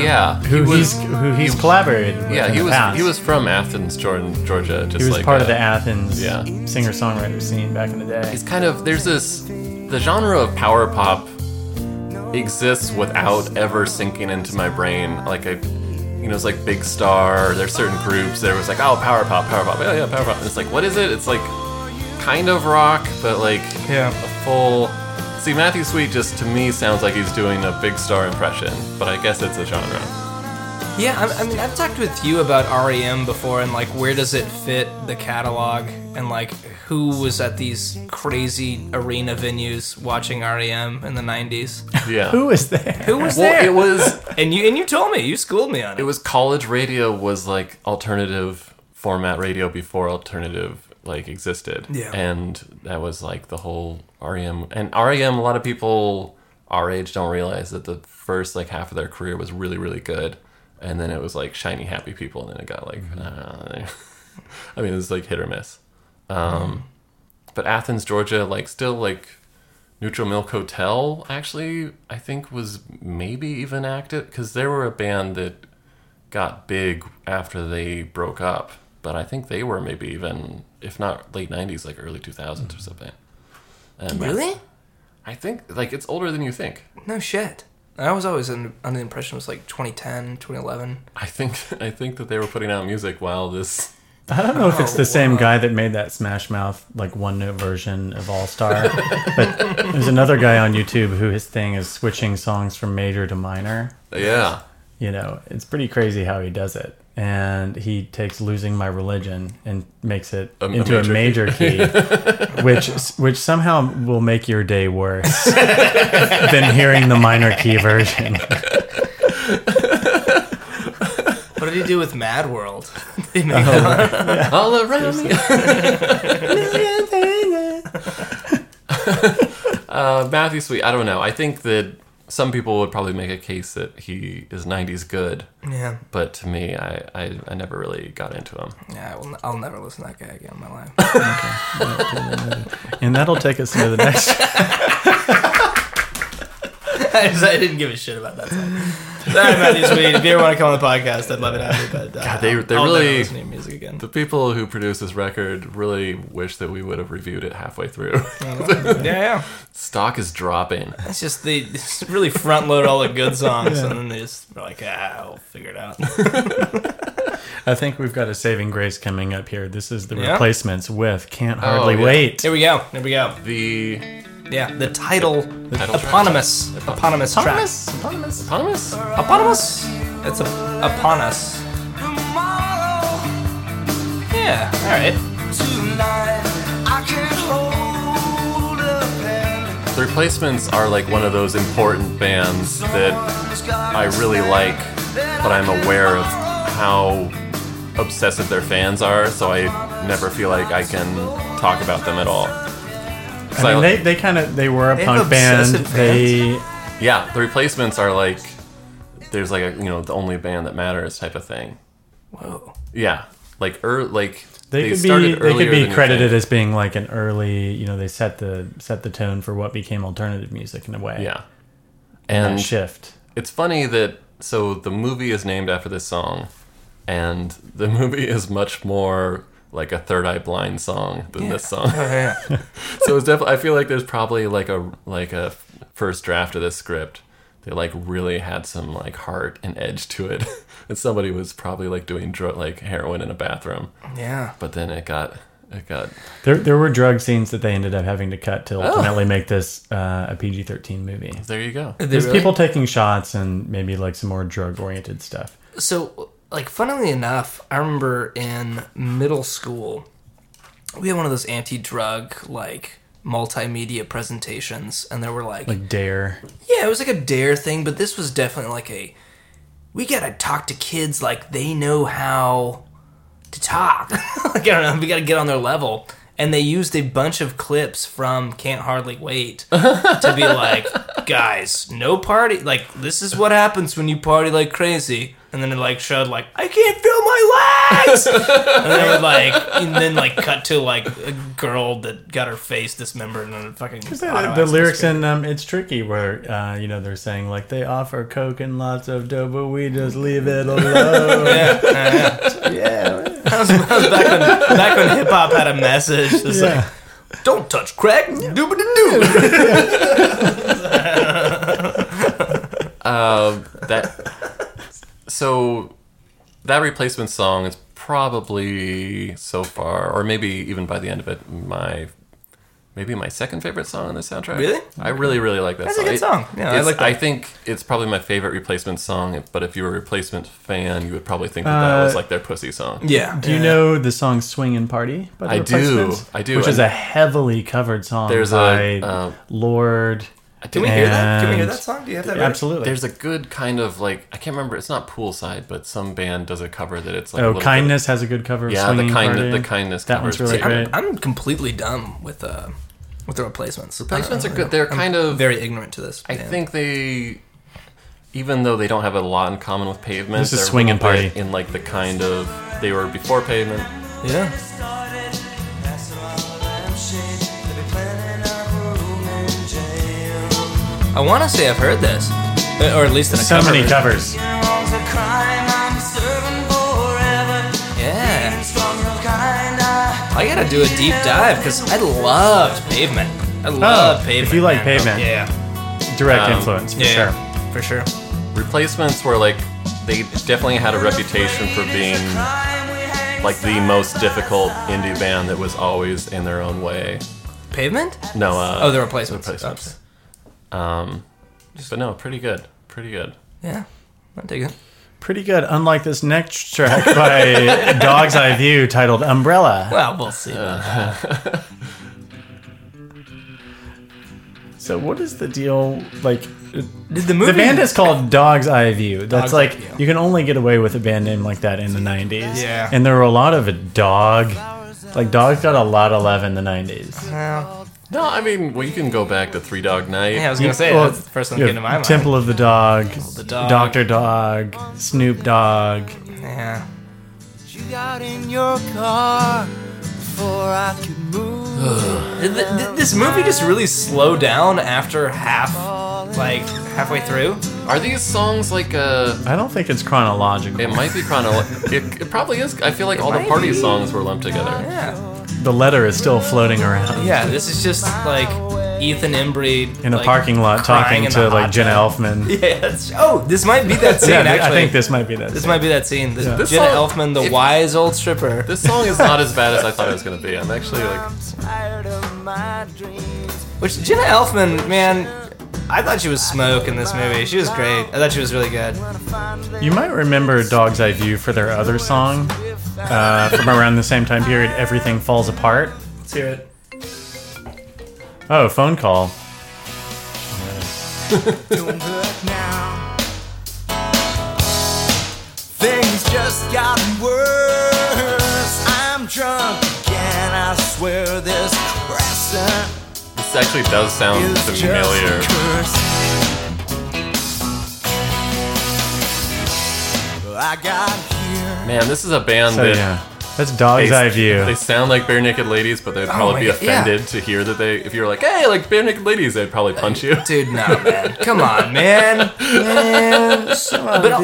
Speaker 3: Yeah, he
Speaker 1: who
Speaker 3: was-
Speaker 1: he's who he's collaborated. With
Speaker 3: Yeah,
Speaker 1: in
Speaker 3: he
Speaker 1: the
Speaker 3: was
Speaker 1: past.
Speaker 3: he was from Athens, Jordan, Georgia. Just
Speaker 1: He was
Speaker 3: like
Speaker 1: part of
Speaker 3: uh,
Speaker 1: the Athens
Speaker 3: Yeah.
Speaker 1: singer-songwriter scene back in the day.
Speaker 3: It's kind of there's this the genre of power pop exists without ever sinking into my brain. Like I, you know, it's like Big Star. There's certain groups. There was like oh power pop, power pop, yeah yeah power pop. And it's like what is it? It's like kind of rock, but like
Speaker 2: Yeah.
Speaker 3: a full. See, Matthew Sweet just to me sounds like he's doing a Big Star impression, but I guess it's a genre.
Speaker 2: Yeah, I, I mean, I've talked with you about REM before, and like, where does it fit the catalog, and like, who was at these crazy arena venues watching REM in the '90s?
Speaker 3: Yeah.
Speaker 1: Who is there?
Speaker 2: Who was
Speaker 3: well,
Speaker 2: there?
Speaker 3: it was
Speaker 2: and you and you told me, you schooled me on it.
Speaker 3: It was college radio was like alternative format radio before alternative like existed.
Speaker 2: Yeah.
Speaker 3: And that was like the whole REM and REM a lot of people our age don't realize that the first like half of their career was really really good and then it was like shiny happy people and then it got like uh, I mean it was like hit or miss. Um but Athens, Georgia like still like Neutral Milk Hotel actually I think was maybe even active because they were a band that got big after they broke up, but I think they were maybe even if not late '90s, like early 2000s or something. And that's-
Speaker 2: Really?
Speaker 3: I think like it's older than you think.
Speaker 2: no shit. I was always in, under the impression it was like 2010, 2011.
Speaker 3: I think I think that they were putting out music while this.
Speaker 1: I don't know if it's the same guy that made that Smash Mouth like one note version of All Star, but there's another guy on YouTube who his thing is switching songs from major to minor.
Speaker 3: Yeah.
Speaker 1: You know, it's pretty crazy how he does it. And he takes losing my religion and makes it
Speaker 3: a
Speaker 1: into a major
Speaker 3: major
Speaker 1: key, which which somehow will make your day worse than hearing the minor key version.
Speaker 2: What did he do with Mad World? They made
Speaker 3: All around me. uh, Matthew Sweet, I don't know. I think that some people would probably make a case that he is 90s good,
Speaker 2: Yeah.
Speaker 3: but to me, I, I, I never really got into him.
Speaker 2: Yeah, I will, I'll never listen to that guy again in my life.
Speaker 1: And that'll take us to the next
Speaker 2: I, just- I didn't give a shit about that song. Sorry, Matthew Sweet. If you ever want to come on the podcast, I'd love it have you. But uh,
Speaker 3: God, they- they
Speaker 2: I'll never
Speaker 3: really-
Speaker 2: listen to your music again.
Speaker 3: The people who produced this record really wish that we would have reviewed it halfway through.
Speaker 2: yeah, yeah.
Speaker 3: Stock is dropping.
Speaker 2: It's just they just really front load all the good songs, and then they just are like, ah, we'll figure it out.
Speaker 1: I think we've got a saving grace coming up here. This is the
Speaker 2: Yeah?
Speaker 1: replacements with Can't Hardly
Speaker 3: Oh, yeah.
Speaker 1: Wait.
Speaker 2: Here we go. Here we go.
Speaker 3: The
Speaker 2: Yeah, the title,
Speaker 3: title track.
Speaker 2: eponymous, eponymous track,
Speaker 3: Thomas?
Speaker 2: eponymous. It's a, upon us. Yeah. All right.
Speaker 3: The replacements are like one of those important bands that I really like, but I'm aware of how obsessive their fans are, so I never feel like I can talk about them at all. So
Speaker 1: I mean,
Speaker 3: I-
Speaker 1: they, they kind of they were a
Speaker 2: They have
Speaker 1: punk band.
Speaker 2: obsessive
Speaker 1: They
Speaker 3: yeah, the replacements are like there's like a you know the only band that matters type of thing.
Speaker 2: Whoa.
Speaker 3: Yeah, like er, like
Speaker 1: they, could be they could be credited as being like an early you know they set the set the tone for what became alternative music in a way.
Speaker 3: yeah,
Speaker 1: and
Speaker 3: and
Speaker 1: shift.
Speaker 3: it's funny that so the movie is named after this song, and the movie is much more like a Third Eye Blind song than this
Speaker 2: Yeah.
Speaker 3: song.
Speaker 2: Oh, yeah.
Speaker 3: so it's definitely. I feel like there's probably like a like a first draft of this script. They like really had some like heart and edge to it. and somebody was probably like doing dro- like heroin in a bathroom.
Speaker 2: Yeah.
Speaker 3: But then it got it got
Speaker 1: There, there were drug scenes that they ended up having to cut to ultimately make this uh, a PG thirteen movie.
Speaker 3: There you go.
Speaker 2: They
Speaker 1: There's
Speaker 2: really-
Speaker 1: people taking shots and maybe like some more drug oriented stuff.
Speaker 2: So, like, funnily enough, I remember in middle school, we had one of those anti-drug like multimedia presentations, and there were like,
Speaker 1: Like Dare.
Speaker 2: yeah, it was like a dare thing, but this was definitely like a, we gotta talk to kids like they know how to talk. like, I don't know, we gotta get on their level. And they used a bunch of clips from Can't Hardly Wait to be like, guys, no party. Like, this is what happens when you party like crazy. And then it like showed like, I can't feel my legs. and then it would like, and then like cut to like a girl that got her face dismembered and then fucking.
Speaker 1: The, the lyrics in um, "It's Tricky" where uh, you know they're saying like they offer coke and lots of dough, but we just leave it alone.
Speaker 2: yeah, yeah. That was, that was back when back when hip hop had a message. It's
Speaker 1: Yeah.
Speaker 2: like, don't touch crack. Doobity doo.
Speaker 3: Um, that so that replacement song is probably so far, or maybe even by the end of it, my maybe my second favorite song on the soundtrack.
Speaker 2: Really?
Speaker 3: I really really like that
Speaker 2: That's a
Speaker 3: song.
Speaker 2: good
Speaker 3: It-
Speaker 2: song. Yeah, I
Speaker 3: it's-
Speaker 2: like that.
Speaker 3: I think it's probably my favorite replacement song. But if you were a replacement fan, you would probably think that, that was
Speaker 1: Uh,
Speaker 3: like their pussy song.
Speaker 1: Do you know the song "Swing and Party"? By the
Speaker 3: I do,
Speaker 1: Replacements?
Speaker 3: I do,
Speaker 1: Which is
Speaker 3: and-
Speaker 1: a heavily covered song
Speaker 3: There's
Speaker 1: by
Speaker 3: a, um,
Speaker 1: Lord.
Speaker 3: Can we hear that?
Speaker 2: Can we hear
Speaker 1: and-
Speaker 2: that song? Do you have that?
Speaker 1: Yeah,
Speaker 2: ready?
Speaker 1: absolutely.
Speaker 3: There's a good kind of like I can't remember. It's not poolside, but some band does a cover that it's like
Speaker 1: oh,
Speaker 3: a little bit-
Speaker 1: kindness has a good cover. Of
Speaker 3: Yeah,
Speaker 1: Swinging
Speaker 3: the kind
Speaker 1: Party.
Speaker 3: the kindness.
Speaker 1: That
Speaker 3: cover
Speaker 1: one's
Speaker 3: is
Speaker 1: really
Speaker 3: pretty
Speaker 1: great.
Speaker 2: I'm completely dumb with uh with the replacements.
Speaker 3: Replacements
Speaker 2: I don't
Speaker 3: are good. They're
Speaker 2: I'm
Speaker 3: kind of-
Speaker 2: very ignorant to this.
Speaker 3: I
Speaker 2: band.
Speaker 3: think they, even though they don't have a lot in common with Pavement,
Speaker 1: This is
Speaker 3: they're a
Speaker 1: Swing and
Speaker 3: little bit
Speaker 1: Party.
Speaker 3: in like the kind of they were before Pavement.
Speaker 2: Yeah. I want to say I've heard this, Uh, or at least in a
Speaker 1: So
Speaker 2: cover
Speaker 1: many
Speaker 2: version.
Speaker 1: covers.
Speaker 2: Yeah. I gotta do a deep dive because I loved Pavement. I love
Speaker 1: Oh, if
Speaker 2: Pavement.
Speaker 1: you like
Speaker 2: man.
Speaker 1: Pavement.
Speaker 2: yeah,
Speaker 1: Direct
Speaker 3: Um,
Speaker 1: influence for
Speaker 2: yeah,
Speaker 1: sure.
Speaker 2: for sure.
Speaker 3: Replacements were like they definitely had a reputation for being like the most difficult indie band that was always in their own way.
Speaker 2: Pavement?
Speaker 3: No, uh,
Speaker 2: Oh, the replacements.
Speaker 3: Replacements. Um, but no, pretty good, pretty good.
Speaker 2: Yeah, I dig it.
Speaker 1: Pretty good. Unlike this next track by Dog's Eye View titled "Umbrella."
Speaker 2: Well, we'll see.
Speaker 1: Uh, So, what is the deal? Like,
Speaker 2: Did the movie?
Speaker 1: the band is called Dog's Eye View. That's
Speaker 2: Dog's Eye
Speaker 1: like
Speaker 2: View.
Speaker 1: you can only get away with a band name like that in the '90s.
Speaker 2: Yeah.
Speaker 1: and there were a lot of dog. Like dogs got a lot of love in the '90s.
Speaker 2: Well,
Speaker 3: No, I mean we can go back to Three Dog Night.
Speaker 2: yeah, I was gonna say
Speaker 1: Well,
Speaker 2: that's the first one
Speaker 1: you
Speaker 2: that came to
Speaker 1: have
Speaker 2: my mind.
Speaker 1: Temple of the Dog,
Speaker 2: the Dog.
Speaker 1: Doctor Dog, Snoop Dog.
Speaker 2: Yeah. Did, th- did this movie just really slow down after half, like halfway through?
Speaker 3: Are these songs like uh
Speaker 1: I don't think it's chronological.
Speaker 3: It might be chronological. it, it probably is. I feel like all the party songs were lumped together.
Speaker 2: Yeah.
Speaker 1: the letter is still floating around
Speaker 2: Yeah. This is just like Ethan Embry
Speaker 1: in a
Speaker 2: like,
Speaker 1: parking lot
Speaker 2: crying
Speaker 1: talking
Speaker 2: in
Speaker 1: to
Speaker 2: the
Speaker 1: like
Speaker 2: hot
Speaker 1: Jenna
Speaker 2: tub.
Speaker 1: Elfman.
Speaker 2: Yeah. That's, oh, this might be that scene.
Speaker 1: Yeah, I
Speaker 2: actually,
Speaker 1: think this might be that.
Speaker 2: This
Speaker 1: scene.
Speaker 2: might be that scene. The,
Speaker 3: This
Speaker 2: Jenna
Speaker 3: song-
Speaker 2: Elfman, the
Speaker 3: if-
Speaker 2: wise old stripper.
Speaker 3: This song is not as bad as I thought it was gonna be. I'm actually like,
Speaker 2: Which Jenna Elfman, man, I thought she was smoke in this movie. She was great. I thought she was really good.
Speaker 1: You might remember Dog's Eye View for their other song uh, from around the same time period, Everything Falls Apart.
Speaker 2: Let's hear it.
Speaker 1: Oh, phone call.
Speaker 10: Things just got worse. I'm drunk again. I swear this crescent
Speaker 3: this actually does sound
Speaker 10: is just a
Speaker 3: familiar.
Speaker 10: curse. I got here.
Speaker 3: Man, this is a band
Speaker 1: So
Speaker 3: that
Speaker 1: yeah, That's dog's
Speaker 3: they-
Speaker 1: eye view.
Speaker 3: They sound like bare naked ladies, but they'd probably
Speaker 1: Oh my
Speaker 3: be
Speaker 1: God, yeah. Uh,
Speaker 3: offended to hear that they. If you were like, hey, like bare naked ladies, they'd probably punch you.
Speaker 2: Dude, no, man. Come on, man. but,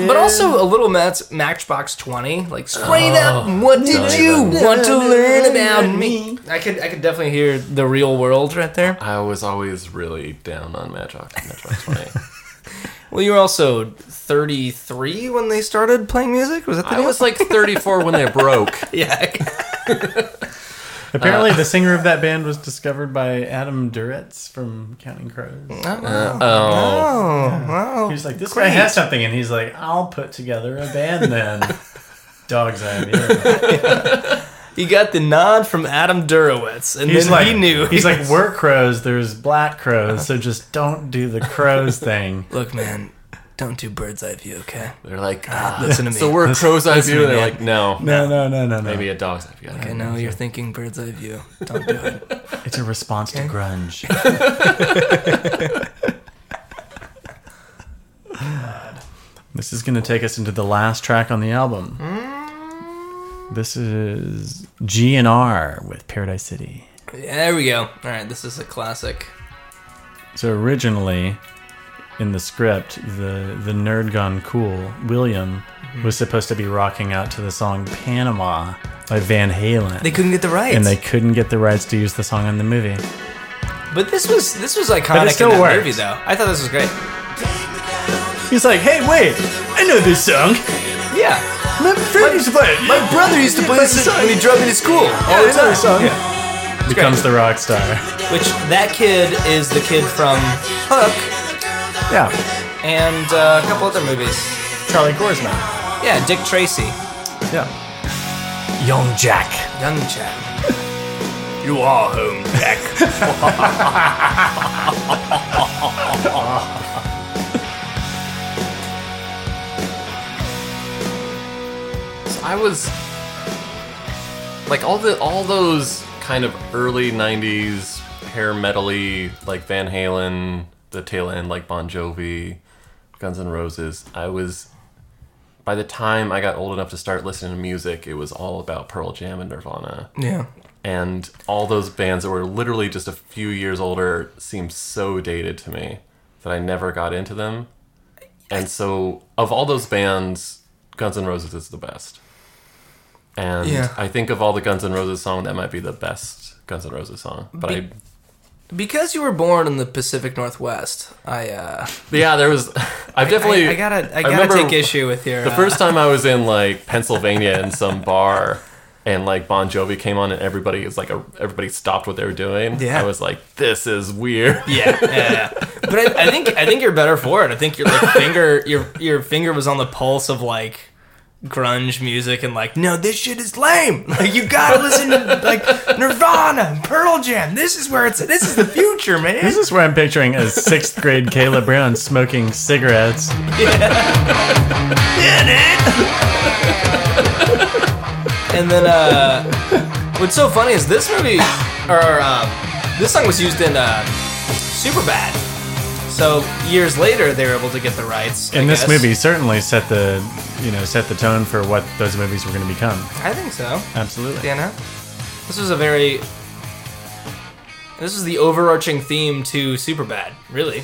Speaker 2: but also a little Matt's Matchbox Twenty, like straight up.
Speaker 1: Oh,
Speaker 2: What did
Speaker 3: Sorry,
Speaker 2: you
Speaker 3: bud.
Speaker 2: want to learn about me? I could I could definitely hear the real world right there.
Speaker 3: I was always really down on Matchbox Matchbox Twenty.
Speaker 2: Well, you were also thirty three when they started playing music. Was that the
Speaker 3: I was like thirty four when they broke.
Speaker 2: yeah.
Speaker 1: Apparently, the singer of that band was discovered by Adam Duritz from Counting Crows.
Speaker 3: Uh, oh.
Speaker 1: He was oh. like, "This guy has something," and he's like, "I'll put together a band then." Dog's eye view.
Speaker 2: He got the nod from Adam Durowitz, and
Speaker 1: He's
Speaker 2: then
Speaker 1: like,
Speaker 2: he knew.
Speaker 1: He's like, "We're crows. There's black crows, so just don't do the crows thing."
Speaker 2: "Look, man, don't do bird's eye view, okay?
Speaker 3: They're like,
Speaker 2: Ah,
Speaker 3: ah,
Speaker 2: listen to me.
Speaker 3: So we're
Speaker 2: Listen-
Speaker 3: crow's eye
Speaker 2: listen
Speaker 3: view.
Speaker 2: to
Speaker 3: They're
Speaker 2: me,
Speaker 3: like, no,
Speaker 1: No, no, no, no, no.
Speaker 3: maybe a dog's eye view.
Speaker 2: I know you're thinking bird's eye view. Don't do it."
Speaker 1: It's a response to grunge. This is going to take us into the last track on the album.
Speaker 2: Mm.
Speaker 1: This is G and R with Paradise City.
Speaker 2: Yeah, there we go. All right, this is a classic.
Speaker 1: So originally, in the script, the the nerd gone cool William
Speaker 2: Mm-hmm.
Speaker 1: was supposed to be rocking out to the song Panama by Van Halen.
Speaker 2: They couldn't get the rights,
Speaker 1: and they couldn't get the rights to use the song in the movie.
Speaker 2: but this was this was iconic
Speaker 1: still
Speaker 2: in that
Speaker 1: works.
Speaker 2: movie, though. I thought this was great.
Speaker 1: He's like, "Hey, wait! I know this song.
Speaker 2: Yeah,
Speaker 1: My friend used to play it.
Speaker 2: my brother used to play this when he drove me to school all the time.
Speaker 1: song." Becomes the rock star.
Speaker 2: Which that kid is the kid from Hook
Speaker 1: Yeah,
Speaker 2: and uh, a couple other movies.
Speaker 1: Charlie Gorsman.
Speaker 2: Yeah, Dick Tracy,
Speaker 1: Yeah,
Speaker 2: Young Jack, Young Jack.
Speaker 10: You are home, Jack.
Speaker 3: I was like all the all those kind of early '90s hair metally like Van Halen, the tail end like Bon Jovi, Guns N' Roses. I was by the time I got old enough to start listening to music, it was all about Pearl Jam and Nirvana,
Speaker 2: Yeah,
Speaker 3: and all those bands that were literally just a few years older seemed so dated to me that I never got into them. And so, of all those bands, Guns N' Roses is the best. And
Speaker 2: Yeah.
Speaker 3: I think of all the Guns N' Roses song, that might be the best Guns N' Roses song. But I,
Speaker 2: because you were born in the Pacific Northwest, I uh,
Speaker 3: but yeah, there was. I've definitely.
Speaker 2: I, I gotta I gotta
Speaker 3: remember
Speaker 2: take issue with your
Speaker 3: The
Speaker 2: uh,
Speaker 3: first time I was in like Pennsylvania in some bar, and like Bon Jovi came on, and everybody is like, a, everybody stopped what they were doing.
Speaker 2: Yeah.
Speaker 3: I was like, this is weird.
Speaker 2: Yeah, yeah, yeah. uh, But I, I think I think you're better for it. I think your like finger your your finger was on the pulse of like grunge music and like no this shit is lame like you gotta listen to like nirvana and pearl jam this is where it's this is the future man
Speaker 1: this is where I'm picturing a sixth grade Kayla Brown smoking cigarettes.
Speaker 2: and then uh what's so funny is this movie or uh, this song was used in uh superbad so years later they were able to get the rights I
Speaker 1: And this
Speaker 2: guess.
Speaker 1: movie certainly set the you know set the tone for what those movies were going to become.
Speaker 2: i think so
Speaker 1: Absolutely.
Speaker 2: You know? This was a very. This is the overarching theme to Superbad, really.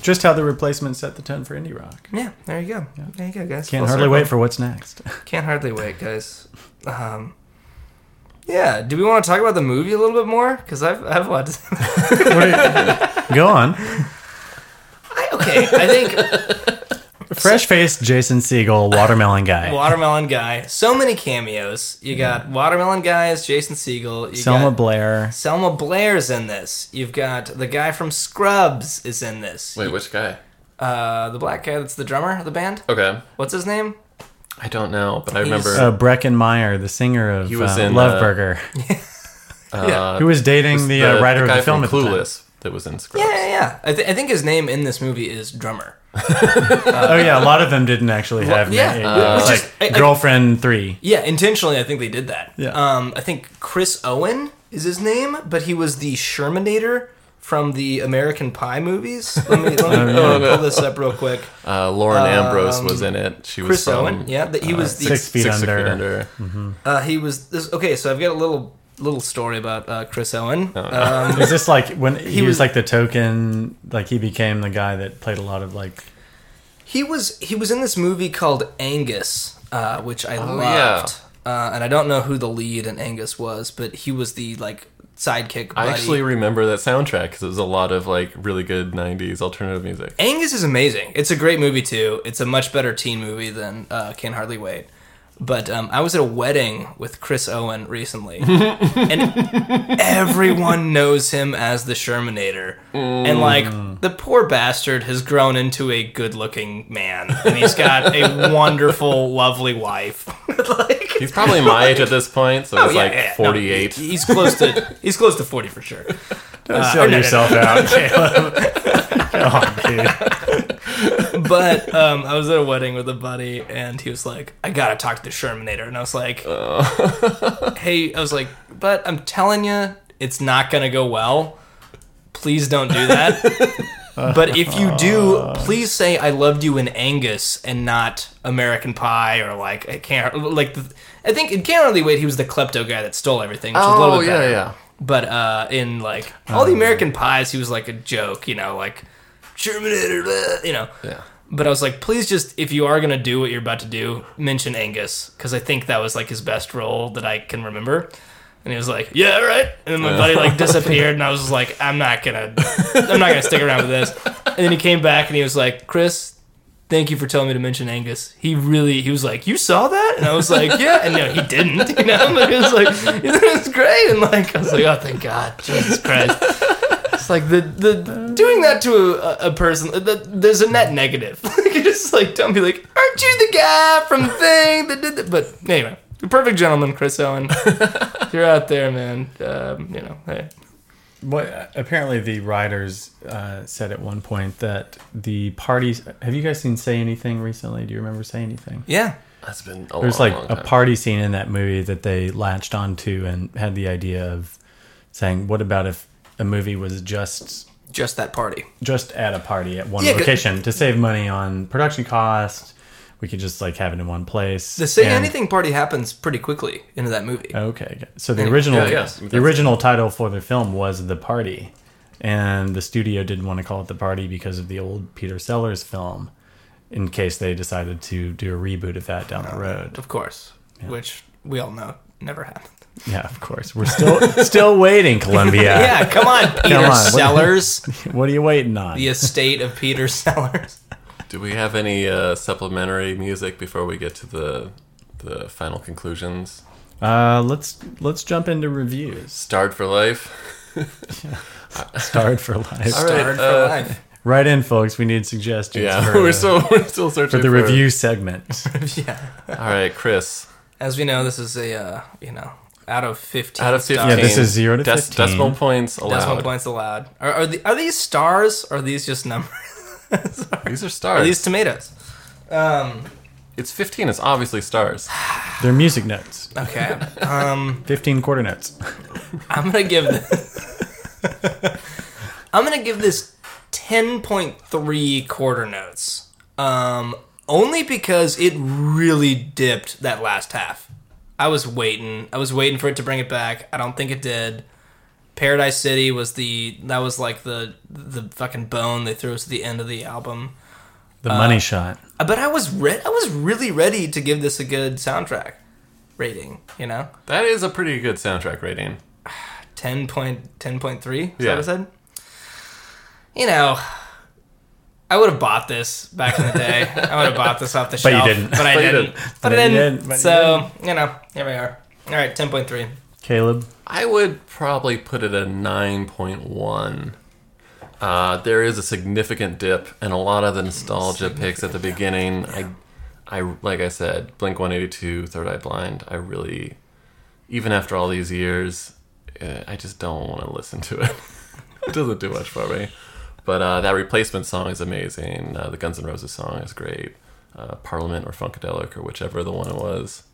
Speaker 1: Just how the replacement set the tone for indie rock.
Speaker 2: Yeah, there you go. There you go, guys.
Speaker 1: Can't
Speaker 2: Full
Speaker 1: hardly
Speaker 2: circle.
Speaker 1: wait for what's next.
Speaker 2: Can't hardly wait, guys. Um, yeah, do we want to talk about the movie a little bit more? Because I've, I've watched.
Speaker 1: What are you- Go on.
Speaker 2: I, okay, I think
Speaker 1: Fresh faced Jason Siegel, watermelon guy.
Speaker 2: Watermelon Guy. So many cameos. You got Watermelon Guy as Jason Siegel. You
Speaker 1: Selma
Speaker 2: got,
Speaker 1: Blair.
Speaker 2: Selma Blair's in this. You've got the guy from Scrubs is in this.
Speaker 3: Wait, which guy?
Speaker 2: Uh, the black guy that's the drummer of the band.
Speaker 3: Okay.
Speaker 2: What's his name?
Speaker 3: I don't know, but I
Speaker 2: He's-
Speaker 3: remember.
Speaker 1: Uh, Brecken Meyer, the singer of
Speaker 3: He was
Speaker 1: uh,
Speaker 3: in,
Speaker 1: Love
Speaker 3: uh,
Speaker 1: Burger,
Speaker 3: uh,
Speaker 1: who was dating the, uh, writer of
Speaker 3: guy
Speaker 1: the film
Speaker 3: from
Speaker 1: at the time.
Speaker 3: Clueless that was in Scrubs.
Speaker 2: Yeah, yeah, yeah. I, th- I think his name in this movie is Drummer.
Speaker 1: Oh yeah, a lot of them didn't actually have
Speaker 2: yeah,
Speaker 1: names.
Speaker 2: uh,
Speaker 1: It's
Speaker 2: which is-
Speaker 1: like
Speaker 2: I- I-
Speaker 1: girlfriend three.
Speaker 2: Yeah, intentionally, I think they did that.
Speaker 1: Yeah.
Speaker 2: Um, I think Chris Owen is his name, but he was the Shermanator from the American Pie movies. Let me, let me
Speaker 3: Oh, no.
Speaker 2: uh, pull this up real quick.
Speaker 3: Uh, Lauren
Speaker 1: Um,
Speaker 3: Ambrose was in it. She was
Speaker 2: Chris
Speaker 3: from,
Speaker 2: Owen. Yeah, that he
Speaker 3: uh,
Speaker 2: was the
Speaker 3: Six Feet Six Feet Under. Under. Mhm.
Speaker 2: Uh, he was this. Okay, so I've got a little little story about uh, Chris Owen.
Speaker 3: Oh.
Speaker 2: Um,
Speaker 1: Is this like when he, was, like the token? Like he became the guy that played a lot of like.
Speaker 2: He was he was in this movie called Angus, uh, which I
Speaker 3: Oh,
Speaker 2: loved, uh, and I don't know who the lead in Angus was, but he was the like sidekick. Buddy.
Speaker 3: I actually remember that soundtrack because it was a lot of like really good '90s alternative music.
Speaker 2: Angus is amazing. It's a great movie too. It's a much better teen movie than uh, Can Hardly Wait. But um, I was at a wedding with Chris Owen recently, and everyone knows him as the Shermanator. And like the poor bastard has grown into a good-looking man, and he's got a wonderful, lovely wife.
Speaker 3: He's probably my age at this point, so
Speaker 2: Oh,
Speaker 3: he's
Speaker 2: yeah,
Speaker 3: like
Speaker 2: yeah, yeah. No,
Speaker 3: 48.
Speaker 2: he- he's close to he's close to 40 for sure.
Speaker 1: Don't
Speaker 2: Uh,
Speaker 1: sell yourself out, Caleb.
Speaker 2: but um, I was at a wedding with a buddy, and he was like, "I gotta talk to the Shermanator," and I was like, "Hey," I was like, "But I'm telling you, it's not gonna go well. Please don't do that." but if you do, please say I loved you in Angus and not American Pie or like I can't like the, I think in Can't Hardly Wait he was the klepto guy that stole everything, which is a little
Speaker 3: Oh,
Speaker 2: bit
Speaker 3: yeah,
Speaker 2: better.
Speaker 3: yeah. Oh,
Speaker 2: But uh, in like all the American Pies, he was like a joke, you know, like Terminator, bleh, you know.
Speaker 3: Yeah.
Speaker 2: But I was like, please just if you are gonna do what you're about to do, mention Angus because I think that was like his best role that I can remember. And he was like, yeah, right. And then my buddy like disappeared, and I was just like, I'm not gonna, I'm not gonna stick around with this. And then he came back and he was like, Chris, thank you for telling me to mention Angus. He really, he was like, you saw that? And I was like, yeah. And no, he didn't. You know, but he was like, it was great. And like, I was like, oh, thank God, Jesus Christ. It's like the the doing that to a, a person. The, there's a net negative. Like you just like don't be like, aren't you the guy from Thing that did that? But anyway, the perfect gentleman, Chris Owen. If you're out there, man. Um, you know, hey.
Speaker 1: What apparently the writers uh, said at one point that the parties. Have you guys seen Say Anything recently? Do you remember Say Anything?
Speaker 2: Yeah.
Speaker 3: That's been a
Speaker 1: There's
Speaker 3: long,
Speaker 1: like
Speaker 3: long
Speaker 1: a
Speaker 3: time.
Speaker 1: party scene in that movie that they latched onto and had the idea of saying, "What about if a movie was just
Speaker 2: just that party,
Speaker 1: just at a party at one
Speaker 2: Yeah, 'cause-
Speaker 1: location to save money on production cost? We could just like have it in one place."
Speaker 2: The say
Speaker 1: And-
Speaker 2: anything party happens pretty quickly into that movie.
Speaker 1: Okay, good. so the
Speaker 2: Anyway,
Speaker 1: original
Speaker 2: Mm, yeah, yes.
Speaker 1: the original title for the film was The Party, and the studio didn't want to call it The Party because of the old Peter Sellers film. In case they decided to do a reboot of that down
Speaker 2: Oh,
Speaker 1: the road,
Speaker 2: Of course, which we all know never happened.
Speaker 1: yeah, of course, we're still still waiting, Columbia.
Speaker 2: Yeah, come on, Peter
Speaker 1: Uh, Come on, what-
Speaker 2: Sellers,
Speaker 1: What are you waiting on?
Speaker 2: the estate of Peter Sellers.
Speaker 3: Do we have any uh, supplementary music before we get to the the final conclusions?
Speaker 1: Uh, let's let's jump into reviews.
Speaker 3: Starred for life.
Speaker 1: Starred for life.
Speaker 3: All right,
Speaker 2: Starred for
Speaker 3: uh,
Speaker 2: life.
Speaker 1: Right in, folks. We need suggestions.
Speaker 3: Yeah,
Speaker 1: for,
Speaker 3: we're
Speaker 1: uh,
Speaker 3: still we're still
Speaker 1: for
Speaker 3: searching
Speaker 1: the review segment.
Speaker 2: Yeah.
Speaker 3: All right, Chris.
Speaker 2: As we know, this is a uh, you know out of fifteen.
Speaker 3: Out of fifteen,
Speaker 2: stars.
Speaker 1: Yeah, this is zero to
Speaker 3: dec-
Speaker 1: 15.
Speaker 3: Decimal points allowed.
Speaker 2: decimal points allowed. Are, are, the, are these stars? Or are these just numbers?
Speaker 3: These are
Speaker 2: Are
Speaker 3: stars.
Speaker 2: these tomatoes? Um,
Speaker 3: It's fifteen. It's obviously stars.
Speaker 1: They're music notes.
Speaker 2: okay, um,
Speaker 1: Fifteen quarter notes.
Speaker 2: I'm gonna give this. I'm gonna give this ten point three quarter notes. Um, only because it really dipped that last half. I was waiting. I was waiting for it to bring it back. I don't think it did. Paradise City was the that was like the the fucking bone they threw us at the end of the album. Uh,
Speaker 1: The
Speaker 3: Uh,
Speaker 1: money shot.
Speaker 2: But I was re- I was really ready to give this a good soundtrack rating. You know,
Speaker 3: That is a pretty good soundtrack rating.
Speaker 2: 10 point, 10.3 is
Speaker 3: Yeah.
Speaker 2: that what I said? You know, I would have bought this back in the day. I would have bought this off the
Speaker 1: But you
Speaker 2: shelf.
Speaker 1: didn't.
Speaker 2: But I
Speaker 3: But you
Speaker 2: didn't.
Speaker 3: didn't.
Speaker 2: But I
Speaker 1: But you
Speaker 2: didn't.
Speaker 1: didn't. But you
Speaker 2: So, you know, here we are. All right, 10.3.
Speaker 1: Caleb.
Speaker 3: I would probably put it at 9.1. Uh, there is a significant dip, and a lot of the nostalgia picks at the beginning. I, I, like I said, Blink 182, Third Eye Blind. I really, even after all these years, uh, I just don't want to listen to it. it doesn't do much for me. But uh, that replacement song is amazing. Uh, the Guns N' Roses song is great. Uh, Parliament or Funkadelic or whichever the one it was.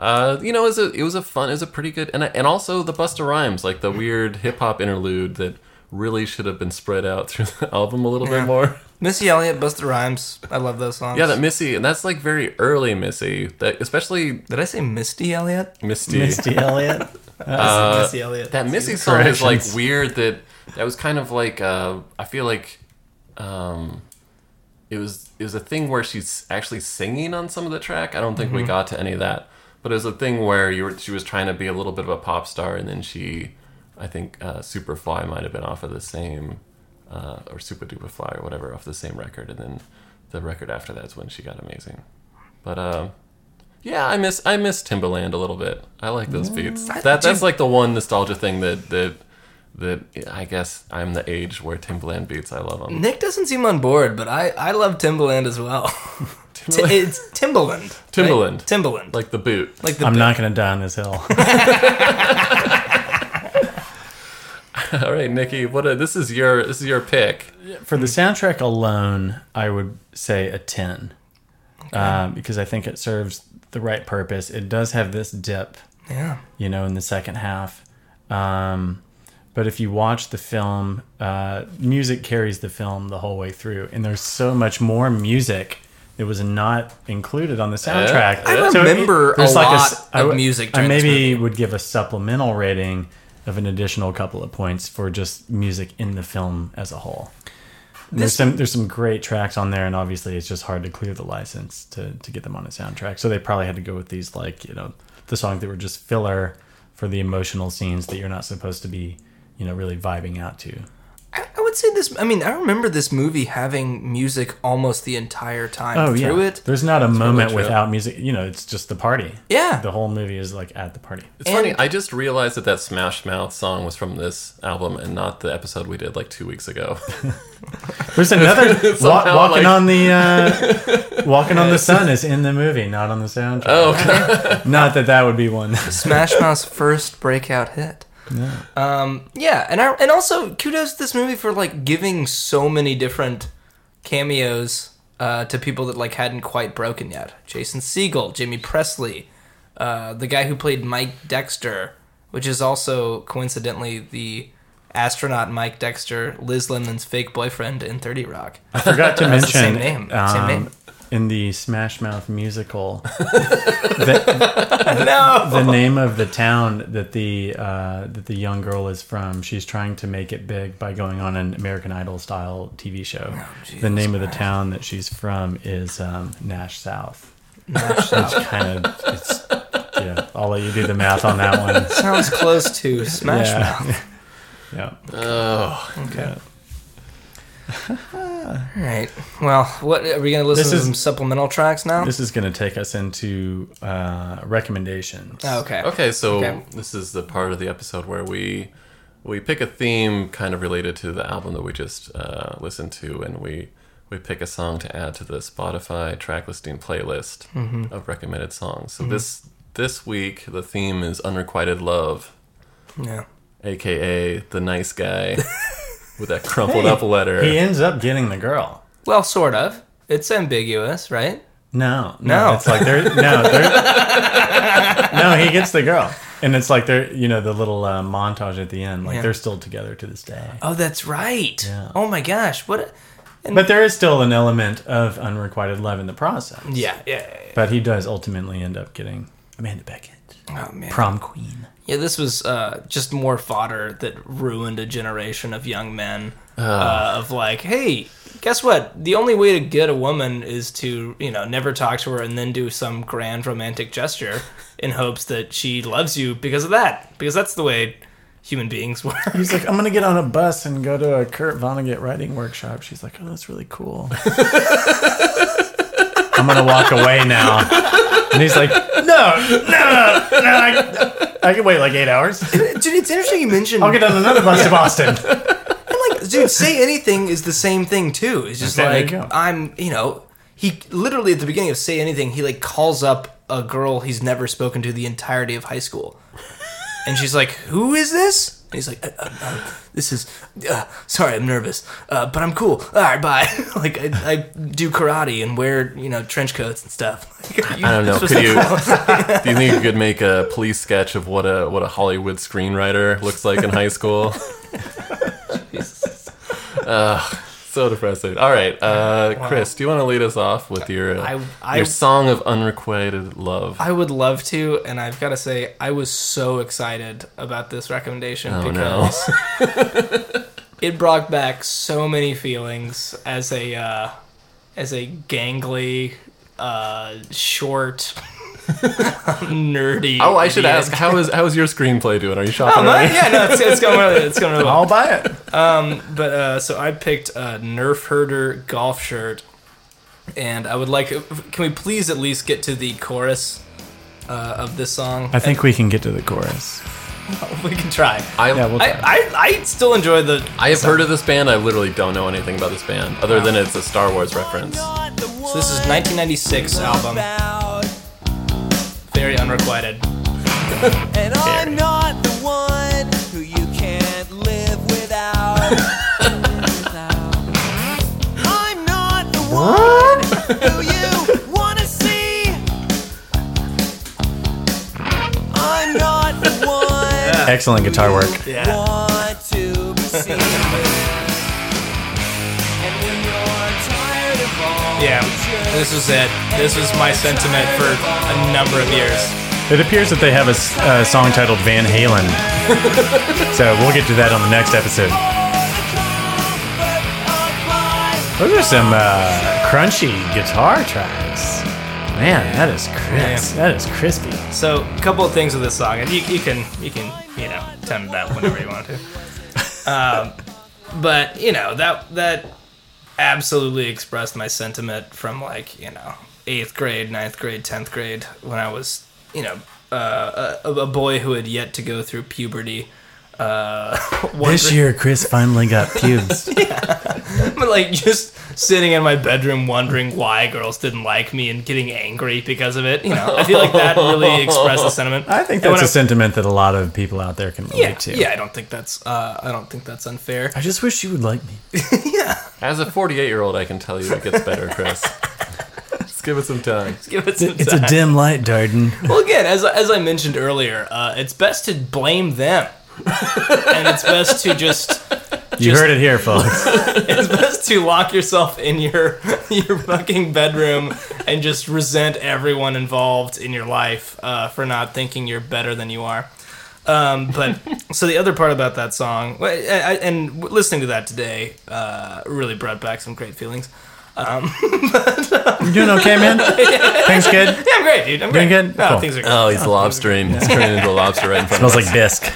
Speaker 3: Uh, you know, it was a it was a fun, it was a pretty good, and and also the Busta Rhymes, like the weird hip hop interlude that really should have been spread out through the album a little
Speaker 2: Yeah.
Speaker 3: bit more.
Speaker 2: Missy Elliott, Busta Rhymes. I love those songs.
Speaker 3: Yeah, that Missy, and that's like very early Missy. That especially did
Speaker 2: I say Misty Elliott?
Speaker 3: Misty,
Speaker 2: Misty Elliott?
Speaker 3: Uh,
Speaker 2: I said Missy Elliott.
Speaker 3: That Missy
Speaker 2: Jesus.
Speaker 3: song is like
Speaker 2: Corrections.
Speaker 3: weird. That that was kind of like uh, I feel like um, it was it was a thing where she's actually singing on some of the track. I don't think we
Speaker 11: Mhm.
Speaker 3: got to any of that, but it was a thing where you were she was trying to be a little bit of a pop star, and then she, I think uh, Superfly might have been off of the same uh, or Super Duper Fly or whatever off the same record, and then the record after that's when she got amazing. But um, yeah, I miss I miss Timbaland a little bit. I like those beats.
Speaker 11: Mm.
Speaker 3: That that's like the one nostalgia thing that that that I guess I'm the age where Timbaland beats I love them.
Speaker 2: Nick doesn't seem on board, but I, I love Timbaland as well. T- it's Timbaland. right?
Speaker 3: Timbaland,
Speaker 2: Timbaland.
Speaker 3: like the boot,
Speaker 2: Like the
Speaker 1: I'm
Speaker 2: boot.
Speaker 1: not going to die on this hill.
Speaker 3: All right, Nikki, what a, this is your this is your pick.
Speaker 1: For the soundtrack alone, I would say a 10 um, because I think it serves the right purpose. It does have this dip,
Speaker 2: Yeah.
Speaker 1: you know, in the second half. Um, but if you watch the film, uh, music carries the film the whole way through, and there's so much more music that was not included on the soundtrack.
Speaker 2: I
Speaker 1: So
Speaker 2: remember
Speaker 1: there's
Speaker 2: a
Speaker 1: s-
Speaker 2: lot
Speaker 1: I
Speaker 2: of
Speaker 1: would-
Speaker 2: music
Speaker 1: I
Speaker 2: during this
Speaker 1: maybe would give a supplemental rating of an additional couple of points for just music in the film as a whole. And there's
Speaker 2: This-
Speaker 1: some there's some great tracks on there, and obviously it's just hard to clear the license to to get them on a soundtrack. So they probably had to go with these like you know the songs that were just filler for the emotional scenes that you're not supposed to be you know really vibing out to.
Speaker 2: I would say this. I mean, I remember this movie having music almost the entire time
Speaker 1: Oh yeah,
Speaker 2: through it.
Speaker 1: there's not a
Speaker 2: It's really
Speaker 1: moment
Speaker 2: true.
Speaker 1: without music. You know, it's just the party.
Speaker 2: Yeah.
Speaker 1: the whole movie is like at the party.
Speaker 3: It's funny. I just realized that that Smash Mouth song was from this album and not the episode we did like two weeks ago.
Speaker 1: There's another wa-
Speaker 3: Somehow,
Speaker 1: walking
Speaker 3: like-
Speaker 1: on the uh, walking on the sun is in the movie, not on the soundtrack.
Speaker 3: Oh, okay.
Speaker 1: not that that would be one.
Speaker 2: Smash Mouth's first breakout hit.
Speaker 1: Yeah.
Speaker 2: Um, yeah, and I, and also kudos to this movie for like giving so many different cameos uh, to people that like hadn't quite broken yet. Jason Segel, Jimmy Presley, uh, the guy who played Mike Dexter, which is also coincidentally the astronaut Mike Dexter, Liz Lemon's fake boyfriend in Thirty Rock.
Speaker 1: I forgot to
Speaker 2: That's
Speaker 1: mention
Speaker 2: the same name. same
Speaker 1: um,
Speaker 2: name.
Speaker 1: in the Smash Mouth musical. the,
Speaker 2: No!
Speaker 1: the name of the town that the uh, that the young girl is from. She's trying to make it big by going on an American Idol style TV show.
Speaker 2: Oh,
Speaker 1: the name of the town that she's from is um, Nash South.
Speaker 2: Nash South.
Speaker 1: Which kind of it's yeah. I'll let you do the math on that one.
Speaker 2: Sounds close to Smash
Speaker 1: Yeah.
Speaker 2: Mouth.
Speaker 1: yeah.
Speaker 3: Oh.
Speaker 2: Okay. All right. Well, what are we going to listen
Speaker 1: This
Speaker 2: to
Speaker 1: is-
Speaker 2: some supplemental tracks now?
Speaker 1: This is going to take us into uh, recommendations.
Speaker 2: Oh, Okay.
Speaker 3: Okay, so
Speaker 2: Okay.
Speaker 3: this is the part of the episode where we we pick a theme kind of related to the album that we just uh, listened to, and we we pick a song to add to the Spotify track listing playlist
Speaker 1: Mm-hmm.
Speaker 11: Mhm.
Speaker 3: of recommended songs. So
Speaker 11: Mhm.
Speaker 3: this this week the theme is unrequited love.
Speaker 2: Yeah.
Speaker 3: AKA the nice guy with that crumpled up
Speaker 1: Hey,
Speaker 3: letter.
Speaker 1: He ends up getting the girl.
Speaker 2: Well, sort of. It's ambiguous, right?
Speaker 1: No,
Speaker 2: No.
Speaker 1: no, it's like they're no, they're, no. He gets the girl, and it's like they're you know the little uh, montage at the end, like
Speaker 2: Yeah.
Speaker 1: they're still together to this day.
Speaker 2: Oh, that's right. Oh my gosh, what? A, and-
Speaker 1: But there is still an element of unrequited love in the process.
Speaker 2: Yeah, yeah, yeah, yeah.
Speaker 1: But he does ultimately end up getting Amanda Beckett,
Speaker 2: Oh, man.
Speaker 1: prom queen.
Speaker 2: Yeah, this was uh, just more fodder that ruined a generation of young men. Uh. of like, hey, guess what? The only way to get a woman is to, you know, never talk to her and then do some grand romantic gesture in hopes that she loves you because of that. Because that's the way human beings work.
Speaker 1: He's like, I'm gonna get on a bus and go to a Kurt Vonnegut writing workshop. She's like, Oh, that's really cool. I'm gonna walk away now. And he's like, No, no, no, I, I can wait like eight hours.
Speaker 2: Dude, it's interesting you mentioned.
Speaker 1: I'll get on another bus to
Speaker 2: Yeah.
Speaker 1: Boston.
Speaker 2: dude say anything is the same thing too it's just
Speaker 1: Okay,
Speaker 2: like
Speaker 1: there you go.
Speaker 2: i'm you know he literally at the beginning of say anything he like calls up a girl he's never spoken to the entirety of high school and she's like who is this and he's like uh, uh, uh, this is uh, sorry i'm nervous uh, but i'm cool all right bye like I, I do karate and wear you know trench coats and stuff Like,
Speaker 3: I don't know.
Speaker 2: it's just
Speaker 3: Could you,
Speaker 2: cool.
Speaker 3: do you think you could make a police sketch of what a what a Hollywood screenwriter looks like in high school? Uh, so depressing. All right, uh, Chris, do you want to lead us off with your
Speaker 2: I-
Speaker 3: uh
Speaker 2: I-
Speaker 3: your song of unrequited love?
Speaker 2: I would love to, and I've got to say, I was so excited about this recommendation
Speaker 3: Oh, no.
Speaker 2: because it brought back so many feelings as a uh, as a gangly, uh, short, nerdy.
Speaker 3: oh, I should
Speaker 2: idiot.
Speaker 3: ask how is how is your screenplay doing? Are you
Speaker 2: Oh,
Speaker 3: shopping?
Speaker 2: mine?
Speaker 3: around?
Speaker 2: Yeah, no, it's, it's going well. It's going well.
Speaker 1: I'll buy it.
Speaker 2: Um, but uh, so I picked a Nerf herder golf shirt, and I would like. Can we please at least get to the chorus uh, of this song?
Speaker 1: I think we can get to the chorus.
Speaker 2: we can try.
Speaker 3: I,
Speaker 1: Yeah, we'll
Speaker 2: I, I, I still enjoy the.
Speaker 3: I have heard of this band. I literally don't know anything about this band other than it's a Star Wars reference.
Speaker 2: So this is 1996 album,
Speaker 11: About,
Speaker 2: very unrequited.
Speaker 11: and I'm not the one who you can't live without. I'm not the one who you wanna see. I'm not the one
Speaker 1: Excellent guitar work.
Speaker 11: want to be seen. and when you're tired of all
Speaker 2: Yeah, this was it. This was my sentiment for a number of years.
Speaker 1: It appears that they have a s- a song titled Van Halen. so we'll get to that on the next episode. Those are some uh, crunchy guitar tracks. Man, that is crisp. That is crispy.
Speaker 2: So, a couple of things with this song, and you, you can you can you know tend to that whenever you want to. Um, but you know that that absolutely expressed my sentiment from like you know eighth grade, ninth grade, tenth grade when I was you know uh, a, a boy who had yet to go through puberty. Uh, one
Speaker 1: This
Speaker 2: thing-
Speaker 1: year, Chris finally got pubes.
Speaker 2: but like just sitting in my bedroom wondering why girls didn't like me and getting angry because of it. You know, I feel like that really expressed the sentiment.
Speaker 1: I think
Speaker 2: And
Speaker 1: that's
Speaker 2: when
Speaker 1: a
Speaker 2: I-
Speaker 1: sentiment that a lot of people out there can relate
Speaker 2: yeah,
Speaker 1: to.
Speaker 2: yeah. I don't think that's uh, I don't think that's unfair.
Speaker 1: I just wish you would like me.
Speaker 3: As a 48 year old, I can tell you it gets better, Chris. Just give it some time.
Speaker 2: Give it some
Speaker 1: It's a
Speaker 2: time.
Speaker 1: dim light, Darden.
Speaker 2: Well, again, as as I mentioned earlier, uh, it's best to blame them, and it's best to just
Speaker 1: You
Speaker 2: Just-
Speaker 1: heard it here, folks.
Speaker 2: it's best to lock yourself in your your fucking bedroom and just resent everyone involved in your life uh, for not thinking you're better than you are. Um, but so the other part about that song, well, I- I- and listening to that today, uh, really brought back some great feelings. Um,
Speaker 1: You doing okay, man? Things good?
Speaker 2: yeah, I'm great, dude. I'm great. Uh,
Speaker 1: Doing good?
Speaker 2: No,
Speaker 1: Cool.
Speaker 2: things are good.
Speaker 3: Oh, he's lobstering. He's turning into a lobster right in front of
Speaker 1: Smells
Speaker 3: us.
Speaker 1: like bisque.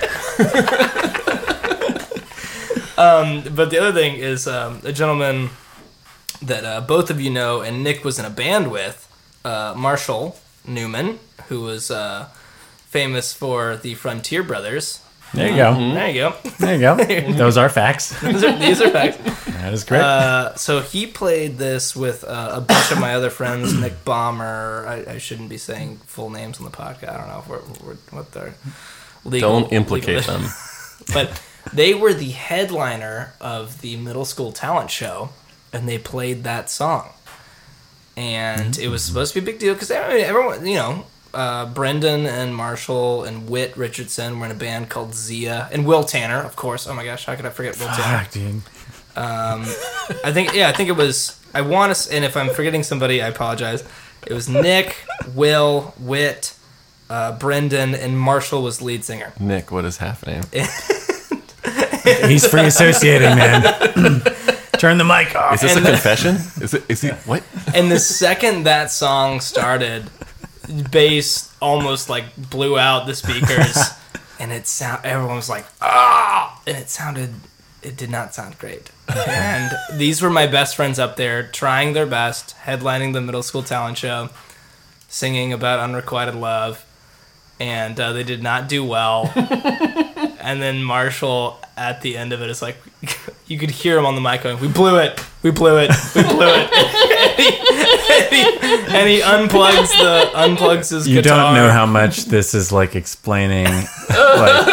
Speaker 2: but the other thing is um, a gentleman that uh, both of you know and Nick was in a band with, uh, Marshall Newman, who was uh, famous for the Frontier Brothers.
Speaker 1: There you go.
Speaker 2: There you go.
Speaker 1: There you go. Those are facts.
Speaker 2: these, are, these are facts.
Speaker 1: That is great.
Speaker 2: Uh, so he played this with uh, a bunch of my other friends, Nick Bomber. I, I shouldn't be saying full names on the podcast. I don't know if we're, we're, what they're legal.
Speaker 3: Don't implicate
Speaker 2: legal-
Speaker 3: them.
Speaker 2: but they were the headliner of the middle school talent show, and they played that song, and it was supposed to be a big deal because everyone, you know, uh, Brendan and Marshall and Whit Richardson were in a band called Zia, and Will Tanner, of course. Oh my gosh, how could I forget Will Tanner?
Speaker 1: Fuck, dude.
Speaker 2: I think yeah, I think it was. I want to, and if I'm forgetting somebody, I apologize. It was Nick, Will, Whit. Uh, Brendan and Marshall was lead singer.
Speaker 3: Nick, what is happening?
Speaker 1: He's free associating, man. Turn the mic off.
Speaker 3: Is this a
Speaker 2: And-
Speaker 3: confession? Is it? Is he? What?
Speaker 2: And the second that song started, bass almost like blew out the speakers, and it sound everyone was like ah, and it sounded it did not sound great. And these were my best friends up there trying their best, headlining the middle school talent show, singing about unrequited love, and uh, they did not do well. and then Marshall at the end of it is like, you could hear him on the mic going, "We blew it, we blew it, we blew it." and he unplugs the unplugs his
Speaker 1: You
Speaker 2: guitar.
Speaker 1: don't know how much this is like explaining. like,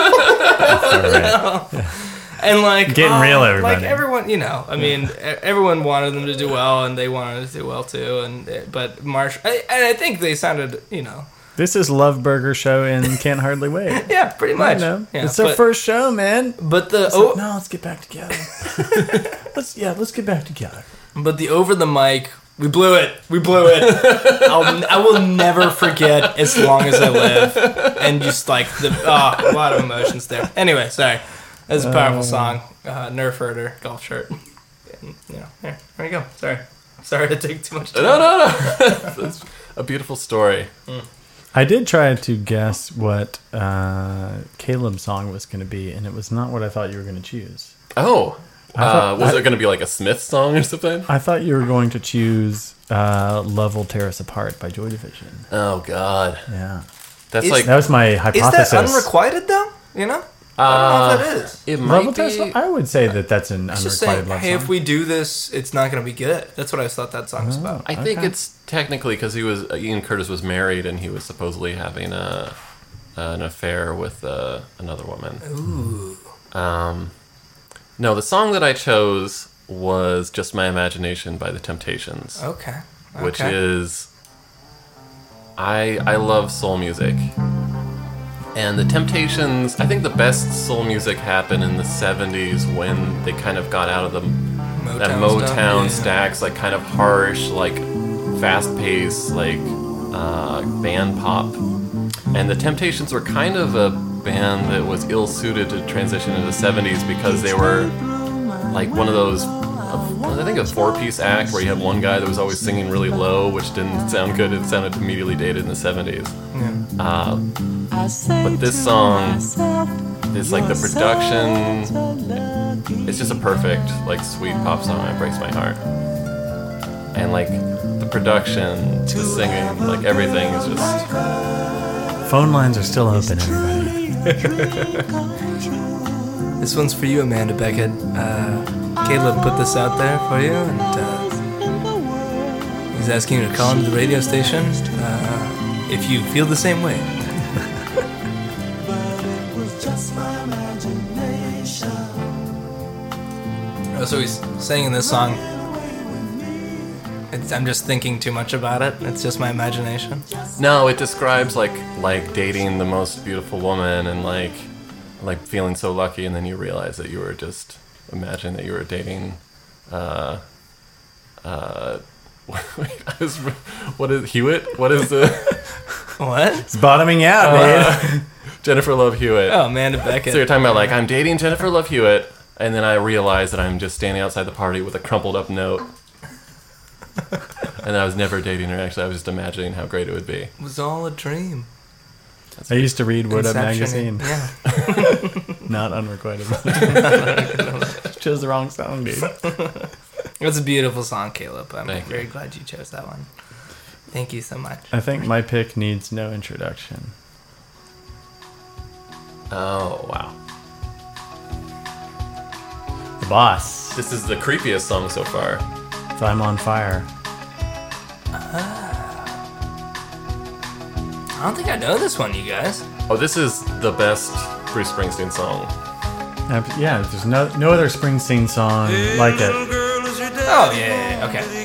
Speaker 2: and like
Speaker 1: Getting
Speaker 2: oh,
Speaker 1: real,
Speaker 2: Like
Speaker 1: everybody.
Speaker 2: everyone, you know, I mean, e- everyone wanted them to eh, do well, and they wanted to do well too. And but Marshall, and I think they sounded, you know,
Speaker 1: This is Love Burger Show and Can't Hardly Wait.
Speaker 2: Yeah, pretty much.
Speaker 1: I know.
Speaker 2: Yeah,
Speaker 1: it's their
Speaker 2: but-
Speaker 1: first show, man.
Speaker 2: But the
Speaker 1: It's
Speaker 2: oh,
Speaker 1: like, no, let's get back together. let's yeah, let's get back together.
Speaker 2: But the over the mic, we blew it. We blew it. I'll, I will never forget as long as I live. And just like the oh, a lot of emotions there. Anyway, sorry. That's a powerful
Speaker 1: Uh.
Speaker 2: song. Uh, Nerf herder, golf shirt. And, you know, there, there you go. Sorry, sorry to take too much. Time.
Speaker 3: No, no, no. It's a beautiful story.
Speaker 1: I did try to guess what uh, Caleb's song was going to be, and it was not what I thought you were going to choose.
Speaker 3: Oh,
Speaker 1: I thought-
Speaker 3: uh, was
Speaker 1: I-
Speaker 3: it going to be like a Smith song or something?
Speaker 1: I thought you were going to choose uh, "Love Will Tear Us Apart" by Joy Division.
Speaker 3: Oh God.
Speaker 1: Yeah.
Speaker 3: That's
Speaker 1: Is-
Speaker 3: like
Speaker 1: That was my hypothesis.
Speaker 2: Uh, Is that unrequited though? You know, I don't know if that is.
Speaker 3: It
Speaker 1: Love Will Tear Us Apart? I would say that that's an
Speaker 2: I was
Speaker 1: unrequited
Speaker 2: just saying,
Speaker 1: love
Speaker 2: hey,
Speaker 1: song.
Speaker 2: if we do this, it's not going to be good. That's what I thought that song was about.
Speaker 3: I think it's technically because he was uh, Ian Curtis was married and he was supposedly having a an affair with uh, another woman. Ooh. Um, no, the song that I chose was "Just My Imagination" by The Temptations.
Speaker 2: Okay.
Speaker 3: Which
Speaker 2: Oh, Okay.
Speaker 3: is, I I love soul music, and The Temptations. I think the best soul music happened in the '70s when they kind of got out of the that
Speaker 2: Motown stuff,
Speaker 3: Motown
Speaker 2: yeah.
Speaker 3: stacks like kind of harsh, like fast paced, like uh, band pop. And the Temptations were kind of a band that was ill suited to transition into the 70s because they were like one of those, I think a four piece act where you had one guy that was always singing really low, which didn't sound good. It sounded immediately dated in the 70s.
Speaker 2: Yeah.
Speaker 3: Uh,
Speaker 12: But
Speaker 3: this song is like the production. It's just a perfect, like, sweet pop song. It breaks my heart. And like the production, the singing, like everything is just.
Speaker 1: Phone lines are still open, everybody.
Speaker 2: This one's for you, Amanda Beckett. Uh, Caleb put this out there for you, and uh, he's asking you to call into the radio station uh, if you feel the same way. Oh, So he's singing this song. It's, I'm just thinking too much about it. It's just my imagination.
Speaker 3: No, it describes like like dating the most beautiful woman and like like feeling so lucky, and then you realize that you were just imagine that you were dating. Uh, uh, I was- what is Hewitt? What is the
Speaker 2: what?
Speaker 1: It's bottoming
Speaker 2: Uh,
Speaker 1: out, man.
Speaker 3: Jennifer Love Hewitt.
Speaker 2: Oh, Amanda Beckett.
Speaker 3: So you're talking about like I'm dating Jennifer Love Hewitt, and then I realize that I'm just standing outside the party with a crumpled up note. and I was never dating her. Actually, I was just imagining how great it would be.
Speaker 2: It was all a dream.
Speaker 1: I used to read What Up
Speaker 2: Inception.
Speaker 1: magazine.
Speaker 2: Yeah.
Speaker 1: Not unrequited. chose the wrong song, dude.
Speaker 2: That's a beautiful song, Caleb. I'm
Speaker 1: Thank you.
Speaker 2: very glad you chose that one. Thank you so much.
Speaker 1: I think my pick needs no introduction.
Speaker 3: Oh wow.
Speaker 1: The boss.
Speaker 3: This is the creepiest song so far.
Speaker 1: So I'm on fire.
Speaker 2: I don't think I know this one, you guys.
Speaker 3: Oh, this is the best Bruce Springsteen song.
Speaker 1: Uh, Yeah, there's no no other Springsteen song like it.
Speaker 2: Oh yeah, yeah, okay.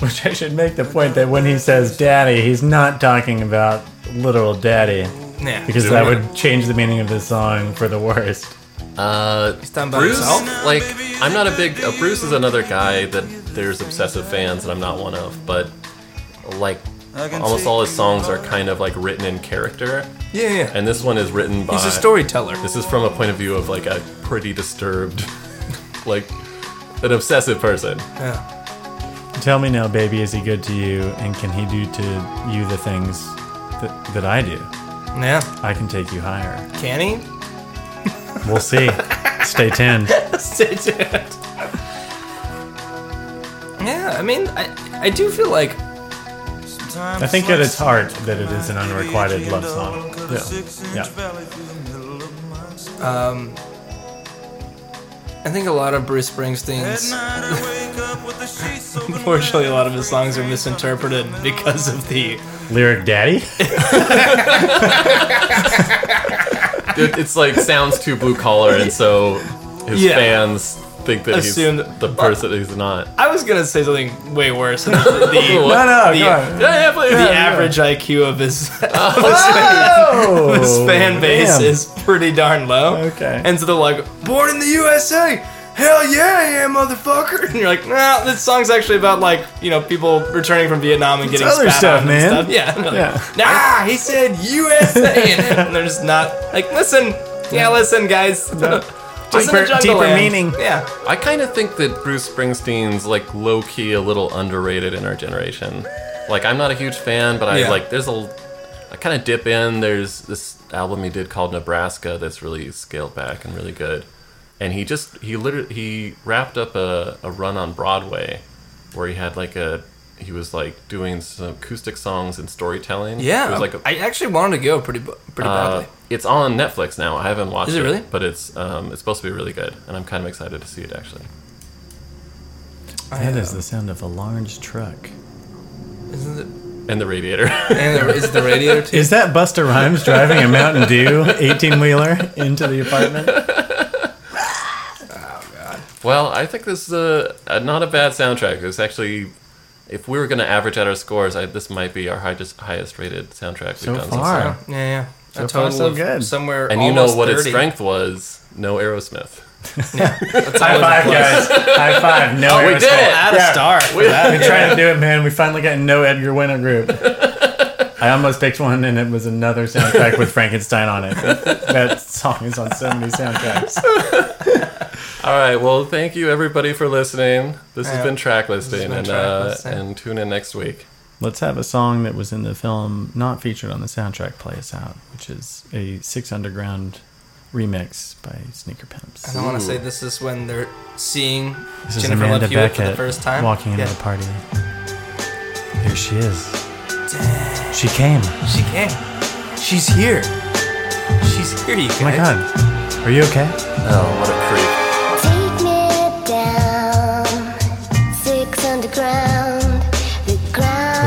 Speaker 1: Which I should make the point that when he says "daddy," he's not talking about literal daddy,
Speaker 2: Yeah.
Speaker 1: because that would change the meaning of the song for the worst.
Speaker 3: Uh,
Speaker 2: done by
Speaker 3: Bruce,
Speaker 2: himself?
Speaker 3: like I'm not a big. Uh, Bruce is another guy that there's obsessive fans, and I'm not one of. But like, almost all his songs are kind of like written in character.
Speaker 2: Yeah, yeah.
Speaker 3: And this one is written by.
Speaker 2: He's a storyteller.
Speaker 3: This is from a point of view of like a pretty disturbed, like an obsessive person.
Speaker 1: Tell me now, baby, is he good to you, and can he do to you the things that that I do?
Speaker 2: Yeah.
Speaker 1: I can take you higher.
Speaker 2: Can he?
Speaker 1: We'll see. Stay tuned.
Speaker 2: Stay tuned. Yeah, I mean, I I do feel like
Speaker 1: I think at its heart that it is an unrequited love song. Yeah.
Speaker 2: um, I think a lot of Bruce Springsteen's. Unfortunately, a lot of his songs are misinterpreted because of the
Speaker 1: Lyric daddy?
Speaker 3: It, it's like sounds too blue collar, and so his
Speaker 2: Yeah.
Speaker 3: fans think that he's
Speaker 2: Assume
Speaker 3: the person he's not.
Speaker 2: I was gonna say something way worse. than The, the,
Speaker 3: No, no,
Speaker 2: the,
Speaker 3: go on. Yeah, yeah, please.
Speaker 2: the
Speaker 3: Yeah, yeah.
Speaker 2: average IQ of his, of his,
Speaker 13: Oh,
Speaker 2: fan, his fan base
Speaker 13: damn.
Speaker 2: is pretty darn low.
Speaker 1: Okay.
Speaker 2: And so they're like, born in the USA. Hell yeah, yeah, motherfucker! And you're like, nah, this song's actually about like you know people returning from Vietnam and
Speaker 1: It's
Speaker 2: getting
Speaker 1: other
Speaker 2: spat
Speaker 1: stuff,
Speaker 2: on
Speaker 1: man.
Speaker 2: And stuff. Yeah, and they're
Speaker 1: Yeah.
Speaker 2: like, nah, he said USA, and they're just not like, listen, yeah, listen, guys, just in the jungle land. Yeah.
Speaker 3: I kind of think that Bruce Springsteen's like low key a little underrated in our generation. Like I'm not a huge fan, but I
Speaker 2: Yeah.
Speaker 3: like there's a I kind of dip in. There's this album he did called Nebraska that's really scaled back and really good. And he just he literally he wrapped up a, a run on Broadway where he had like a he was like doing some acoustic songs and storytelling.
Speaker 13: Yeah,
Speaker 3: It was like a
Speaker 13: I actually wanted to go pretty bu- pretty
Speaker 3: uh,
Speaker 13: badly.
Speaker 3: It's on Netflix now. I haven't watched
Speaker 13: Is it really?
Speaker 3: but it's um, it's supposed to be really good, and I'm kind of excited to see it actually.
Speaker 1: That is the sound of a large truck.
Speaker 13: Isn't it?
Speaker 3: And the radiator.
Speaker 13: And there is the radiator too.
Speaker 1: Is that Buster Rhymes driving a Mountain Dew 18 wheeler into the apartment?
Speaker 3: Well, I think this is a, a not a bad soundtrack. It's actually, if we were going to average out our scores, I, this might be our highest highest rated soundtrack
Speaker 13: So
Speaker 3: we've done
Speaker 13: far.
Speaker 3: so far.
Speaker 13: Oh, Yeah, yeah. A
Speaker 3: So
Speaker 13: total
Speaker 3: far, so
Speaker 13: of
Speaker 3: good.
Speaker 13: somewhere
Speaker 3: And you know
Speaker 13: almost
Speaker 3: what its
Speaker 13: 30.
Speaker 3: strength was? No Aerosmith.
Speaker 13: that's
Speaker 1: High
Speaker 13: all it
Speaker 1: five,
Speaker 13: was.
Speaker 1: guys. High five. No,
Speaker 3: Oh, we
Speaker 1: Aerosmith.
Speaker 3: did it. At a
Speaker 13: star for
Speaker 1: We,
Speaker 13: that.
Speaker 1: we tried to do it, man. We finally got no Edgar Winter group. I almost picked one, and it was another soundtrack with Frankenstein on it. That song is on so many soundtracks.
Speaker 3: All right. Well, thank you everybody for listening. This
Speaker 1: Yeah.
Speaker 3: has been track
Speaker 1: This has
Speaker 3: listing,
Speaker 1: been
Speaker 3: and
Speaker 1: Track
Speaker 3: uh,
Speaker 1: Listing.
Speaker 3: and tune in next week.
Speaker 1: Let's have a song that was in the film, not featured on the soundtrack, play us out, which is a Six Underground remix by Sneaker Pimps.
Speaker 13: And I want to say this is when they're seeing
Speaker 1: This is
Speaker 13: Jennifer Love
Speaker 1: Amanda
Speaker 13: Hewitt
Speaker 1: Beckett
Speaker 13: for the first time.
Speaker 1: walking into
Speaker 13: Yeah.
Speaker 1: a party. There she is. She came.
Speaker 13: She came. She's here. She's here, you guys.
Speaker 1: Oh my god. Are you okay?
Speaker 3: Oh, what a creep.
Speaker 11: Take me down, six underground, the ground
Speaker 1: We'll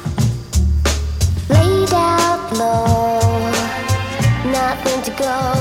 Speaker 11: laid out low, nothing to go.